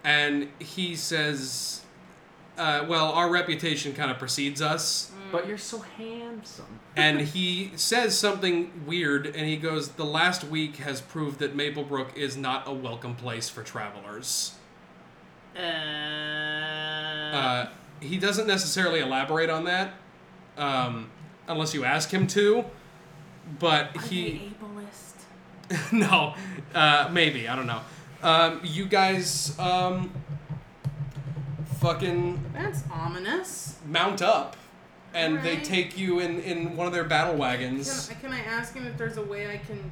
Speaker 2: And he says, uh, well, our reputation kind of precedes us.
Speaker 3: But you're so handsome.
Speaker 2: and he says something weird, and he goes, the last week has proved that Maplebrook is not a welcome place for travelers.
Speaker 5: Uh,
Speaker 2: Uh, he doesn't necessarily elaborate on that, um, unless you ask him to. But he
Speaker 5: ableist.
Speaker 2: no, uh, maybe I don't know. Um, you guys, um, fucking
Speaker 5: That's ominous.
Speaker 2: mount up, and they
Speaker 5: Alright.
Speaker 2: take you in in one of their battle
Speaker 5: Can
Speaker 2: wagons.
Speaker 5: I, can I ask him if there's a way I can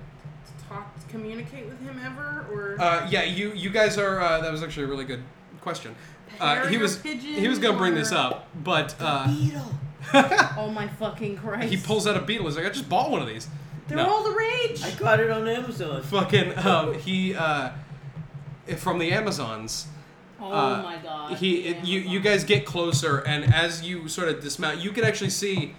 Speaker 5: talk, communicate with him ever, or
Speaker 2: Uh, yeah, you you guys are. Uh, that was actually a really good question. Uh, he
Speaker 5: Parrot or
Speaker 2: was
Speaker 5: pigeon
Speaker 2: he was gonna bring this
Speaker 5: or-
Speaker 2: up, but uh,
Speaker 4: Beetle.
Speaker 5: oh my fucking Christ!
Speaker 2: he pulls out a beetle. He's like, I just bought one of these.
Speaker 5: They're
Speaker 2: No.
Speaker 5: all the rage.
Speaker 4: I got it on Amazon.
Speaker 2: fucking um, he uh, from the Amazons.
Speaker 5: oh
Speaker 2: uh,
Speaker 5: my God!
Speaker 2: He
Speaker 5: Yeah,
Speaker 2: you
Speaker 5: my
Speaker 2: you
Speaker 5: God.
Speaker 2: guys get closer, and as you sort of dismount, you can actually see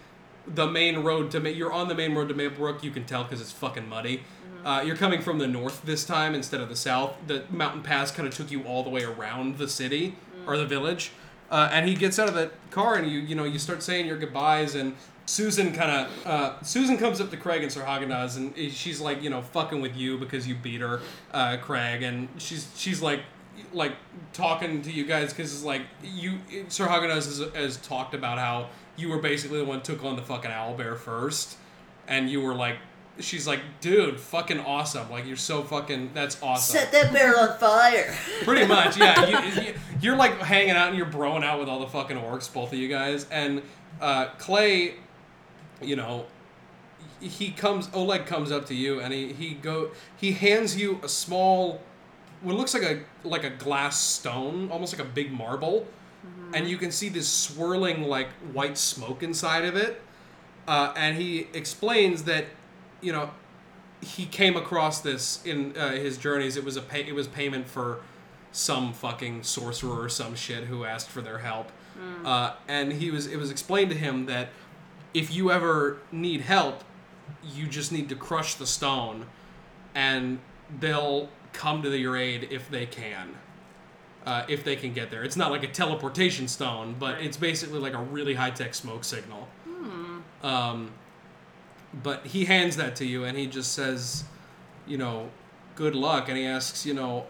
Speaker 2: the main road to Ma- you're on the main road to Maplebrook. You can tell because it's fucking muddy. Uh, you're coming from the north this time instead of the south. The mountain pass kind of took you all the way around the city or the village. Uh, and he gets out of the car, and you you know you start saying your goodbyes, and Susan kind of uh, Susan comes up to Craig and Sir Hagenaz, and eh, she's like you know fucking with you because you beat her, uh, Craig, and she's she's like like talking to you guys because it's like you Sir Hagenaz has, has talked about how you were basically the one who took on the fucking owl bear first, and you were like she's like dude fucking awesome like you're so fucking that's awesome
Speaker 4: Set that bear on fire.
Speaker 2: Pretty much, yeah. You, you, you're like hanging out and you're broing out with all the fucking orcs, both of you guys. And uh, Clay, you know, he comes. Oleg comes up to you and he he go he hands you a small, what looks like a like a glass stone, almost like a big marble, and you can see this swirling like white smoke inside of it. Uh, and he explains that, you know, he came across this in uh, his journeys. It was a pay- it was payment for some fucking sorcerer or some shit who asked for their help. Uh, and he was it was explained to him that if you ever need help, you just need to crush the stone, and they'll come to your aid if they can. Uh, if they can get there, it's not like a teleportation stone, but it's basically like a really high tech smoke signal. Um, but he hands that to you and he just says, you know, good luck. And he asks, you know,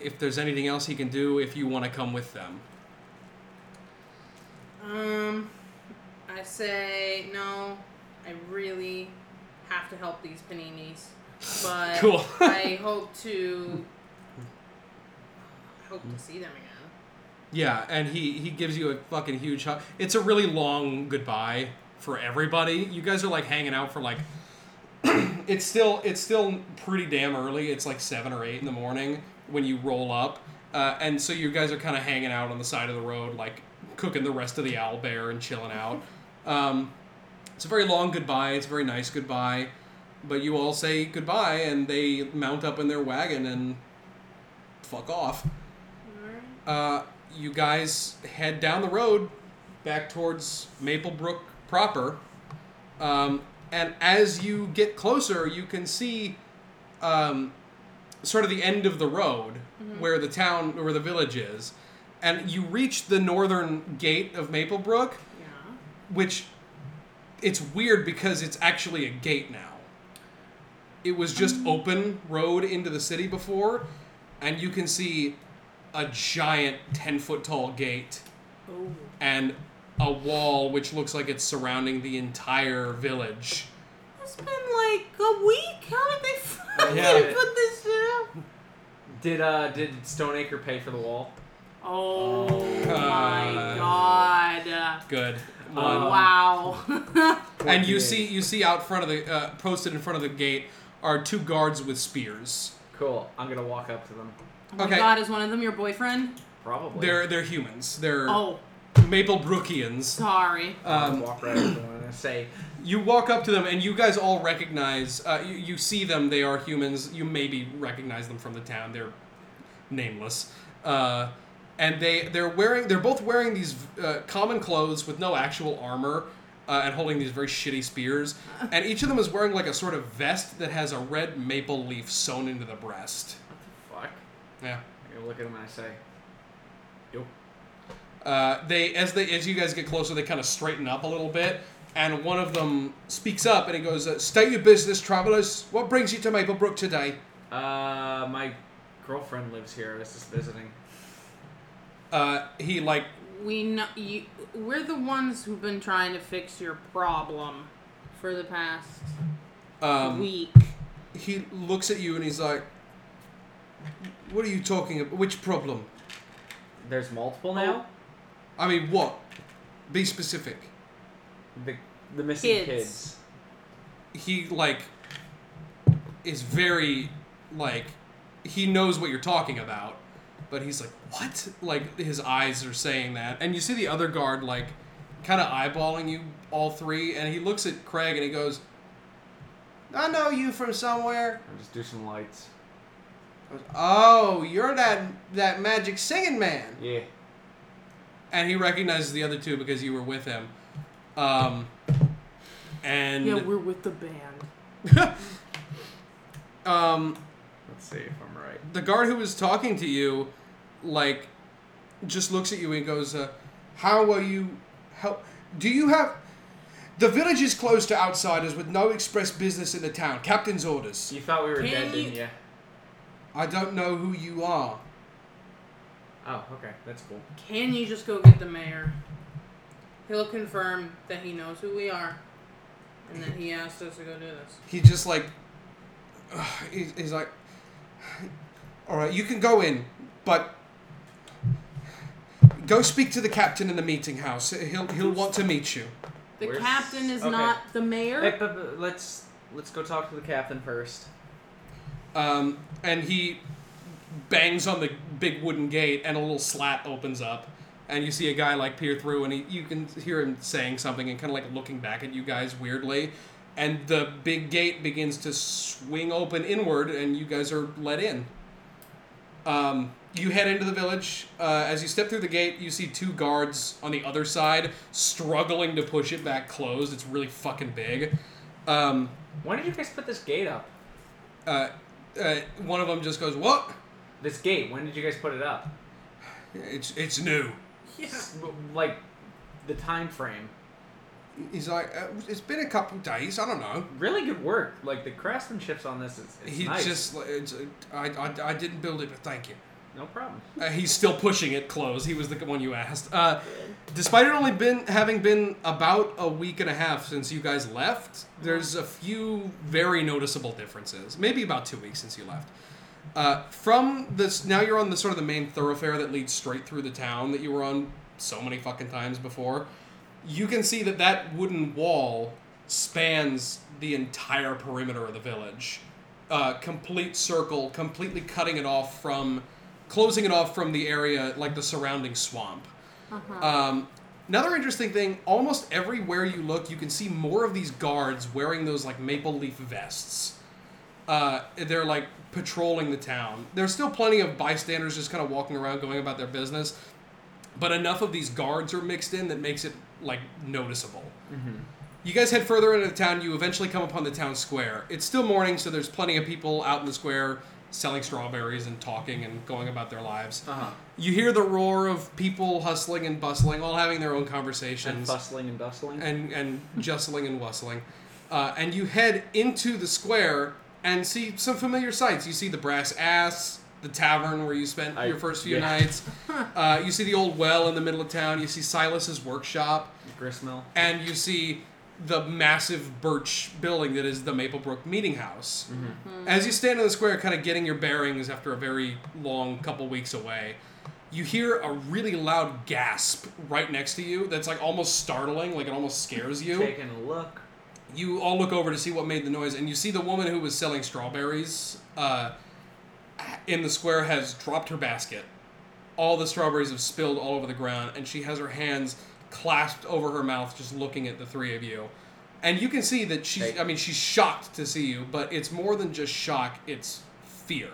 Speaker 2: if there's anything else he can do if you want to come with them.
Speaker 5: Um, I say no. I really have to help these paninis, but
Speaker 2: Cool.
Speaker 5: I hope to I hope to see them again.
Speaker 2: Yeah, and he he gives you a fucking huge hug. It's a really long goodbye for everybody. You guys are like hanging out for like it's still it's still pretty damn early. It's like 7 or 8 in the morning when you roll up. Uh, and so you guys are kind of hanging out on the side of the road like cooking the rest of the owl bear and chilling out. Um, It's a very long goodbye. It's a very nice goodbye. But you all say goodbye, and they mount up in their wagon and fuck off. Uh,
Speaker 5: Alright.
Speaker 2: you guys head down the road back towards Maplebrook proper. Um, and as you get closer, you can see um, sort of the end of the road where the town, where the village is. And you reach the northern gate of Maplebrook,
Speaker 5: Yeah.
Speaker 2: which it's weird because it's actually a gate now. It was just open road into the city before, and you can see a giant 10 foot tall gate
Speaker 5: Oh.
Speaker 2: and a wall which looks like it's surrounding the entire village.
Speaker 5: It's been like a week. How did they fucking
Speaker 2: Yeah.
Speaker 5: put this shit up?
Speaker 3: Did uh did Stoneacre pay for the wall?
Speaker 5: Oh
Speaker 2: Uh,
Speaker 5: my god.
Speaker 2: Good.
Speaker 3: Um,
Speaker 5: Uh, wow.
Speaker 2: and you
Speaker 3: 48.
Speaker 2: see you see out front of the uh, posted in front of the gate are two guards with spears.
Speaker 3: Cool. I'm gonna walk up to them.
Speaker 5: Oh my
Speaker 2: Okay.
Speaker 5: god, is one of them your boyfriend?
Speaker 3: Probably.
Speaker 2: They're they're humans. They're
Speaker 5: Oh,
Speaker 2: Maple Brookians.
Speaker 5: sorry.
Speaker 3: I'm
Speaker 2: Um,
Speaker 3: gonna walk right up to them and say,
Speaker 2: You walk up to them, and you guys all recognize. Uh, you, you see them; they are humans. You maybe recognize them from the town. They're nameless, uh, and they they're wearing. They're both wearing these uh, common clothes with no actual armor, uh, and holding these very shitty spears. And each of them is wearing like a sort of vest that has a red maple leaf sewn into the breast.
Speaker 3: "Fuck."
Speaker 2: Yeah.
Speaker 3: I'm gonna look at them and I say, "Yo."
Speaker 2: Uh, they as they as you guys get closer, they kind of straighten up a little bit, and one of them speaks up and he goes, uh, "State your business, travelers. What brings you to Maplebrook today?"
Speaker 3: Uh, my girlfriend lives here. I was just visiting.
Speaker 2: Uh, he like
Speaker 5: We know you. We're the ones who've been trying to fix your problem for the past
Speaker 2: um,
Speaker 5: week.
Speaker 2: he looks at you and he's like, "What are you talking about? Which problem?
Speaker 3: There's multiple now.
Speaker 5: Oh.
Speaker 2: I mean, what? Be specific."
Speaker 3: The the missing
Speaker 5: Kids.
Speaker 3: kids.
Speaker 2: He like is very like he knows what you're talking about, but he's like, "What?" Like his eyes are saying that, and you see the other guard like kind of eyeballing you all three, and he looks at Craig and he goes, "I know you from somewhere."
Speaker 3: I'll just do some lights.
Speaker 2: Oh, you're that that magic singing man.
Speaker 3: Yeah.
Speaker 2: And he recognizes the other two because you were with him. Um, and
Speaker 5: Yeah, we're with the band.
Speaker 2: um,
Speaker 3: Let's see if I'm right.
Speaker 2: the guard who was talking to you, like, just looks at you and goes, uh, "How are you? How do you have?" The village is closed to outsiders with no express business in the town. Captain's orders.
Speaker 3: You thought we were
Speaker 5: Can
Speaker 3: dead,
Speaker 5: you-
Speaker 3: didn't you?
Speaker 2: I don't know who you are.
Speaker 3: Oh, okay. That's cool.
Speaker 5: Can you just go get the mayor? He'll confirm that he knows who we are and that he asked us to go do this.
Speaker 2: He just like, he's, he's like, all right, you can go in, but go speak to the captain in the meeting house. He'll he'll want to meet you.
Speaker 5: The
Speaker 3: Where's-
Speaker 5: captain is
Speaker 3: okay.
Speaker 5: not the mayor.
Speaker 3: Hey, but, but let's let's go talk to the captain first.
Speaker 2: Um, and he bangs on the big wooden gate, and a little slat opens up, and you see a guy like peer through, and he, you can hear him saying something and kind of like looking back at you guys weirdly. And the big gate begins to swing open inward, and you guys are let in. Um, you head into the village. Uh, as you step through the gate, you see two guards on the other side struggling to push it back closed. It's really fucking big. Um,
Speaker 3: Why did you guys put this gate up?
Speaker 2: uh, uh, one of them just goes, "What?"
Speaker 3: This gate. When did you guys put it up?
Speaker 2: It's it's new.
Speaker 3: S- Like the time frame.
Speaker 2: He's like, uh, it's been a couple days. I don't know.
Speaker 3: Really good work. Like the craftsmanship's on this is it's
Speaker 2: he
Speaker 3: nice.
Speaker 2: just, like, it's, uh, I, I, I didn't build it, but thank you.
Speaker 3: No problem.
Speaker 2: Uh, he's still pushing it close. He was the one you asked. Uh, despite it only been having been about a week and a half since you guys left, there's a few very noticeable differences. Maybe about two weeks since you left. Uh, from this, now you're on the sort of the main thoroughfare that leads straight through the town that you were on so many fucking times before. You can see that that wooden wall spans the entire perimeter of the village, uh, complete circle, completely cutting it off from, closing it off from the area like the surrounding swamp. Um, Another interesting thing, almost everywhere you look, you can see more of these guards wearing those like maple leaf vests. Uh, they're like patrolling the town. There's still plenty of bystanders just kind of walking around going about their business, but enough of these guards are mixed in that makes it like noticeable. You guys head further into the town. You eventually come upon the town square. It's still morning, so there's plenty of people out in the square selling strawberries and talking and going about their lives.
Speaker 3: Uh-huh.
Speaker 2: You hear the roar of people hustling and bustling, all having their own
Speaker 3: And
Speaker 2: conversations
Speaker 3: bustling and bustling.
Speaker 2: and and justling and rustling. Uh, and you head into the square and see some familiar sights. You see the brass ass, the tavern where you spent
Speaker 3: I-
Speaker 2: your first few
Speaker 3: yeah.
Speaker 2: nights. Uh, you see the old well in the middle of town. You see Silas's workshop,
Speaker 3: Gristmill.
Speaker 2: and you see the massive birch building that is the Maplebrook Meeting House. As you stand in the square, kind of getting your bearings after a very long couple weeks away, you hear a really loud gasp right next to you that's like almost startling, like it almost scares you.
Speaker 3: Taking a look.
Speaker 2: You all look over to see what made the noise, and you see the woman who was selling strawberries uh, in the square has dropped her basket. All the strawberries have spilled all over the ground, and she has her hands clasped over her mouth, just looking at the three of you. And you can see that she's,
Speaker 4: Hey.
Speaker 2: I mean, she's shocked to see you, but it's more than just shock, it's fear.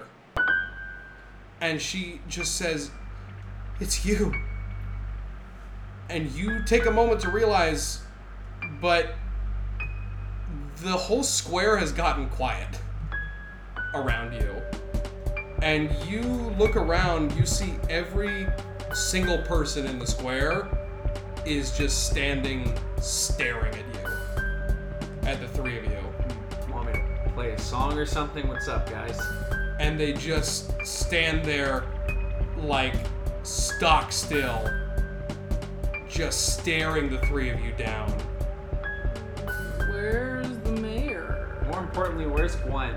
Speaker 2: And she just says, It's you. And you take a moment to realize, but the whole square has gotten quiet around you. And you look around, you see every single person in the square is just standing staring at you. At the three of you.
Speaker 3: Want me to play a song or something? What's up, guys?
Speaker 2: And they just stand there like stock still, just staring the three of you down.
Speaker 5: Where's the mayor?
Speaker 3: More importantly, where's Gwen?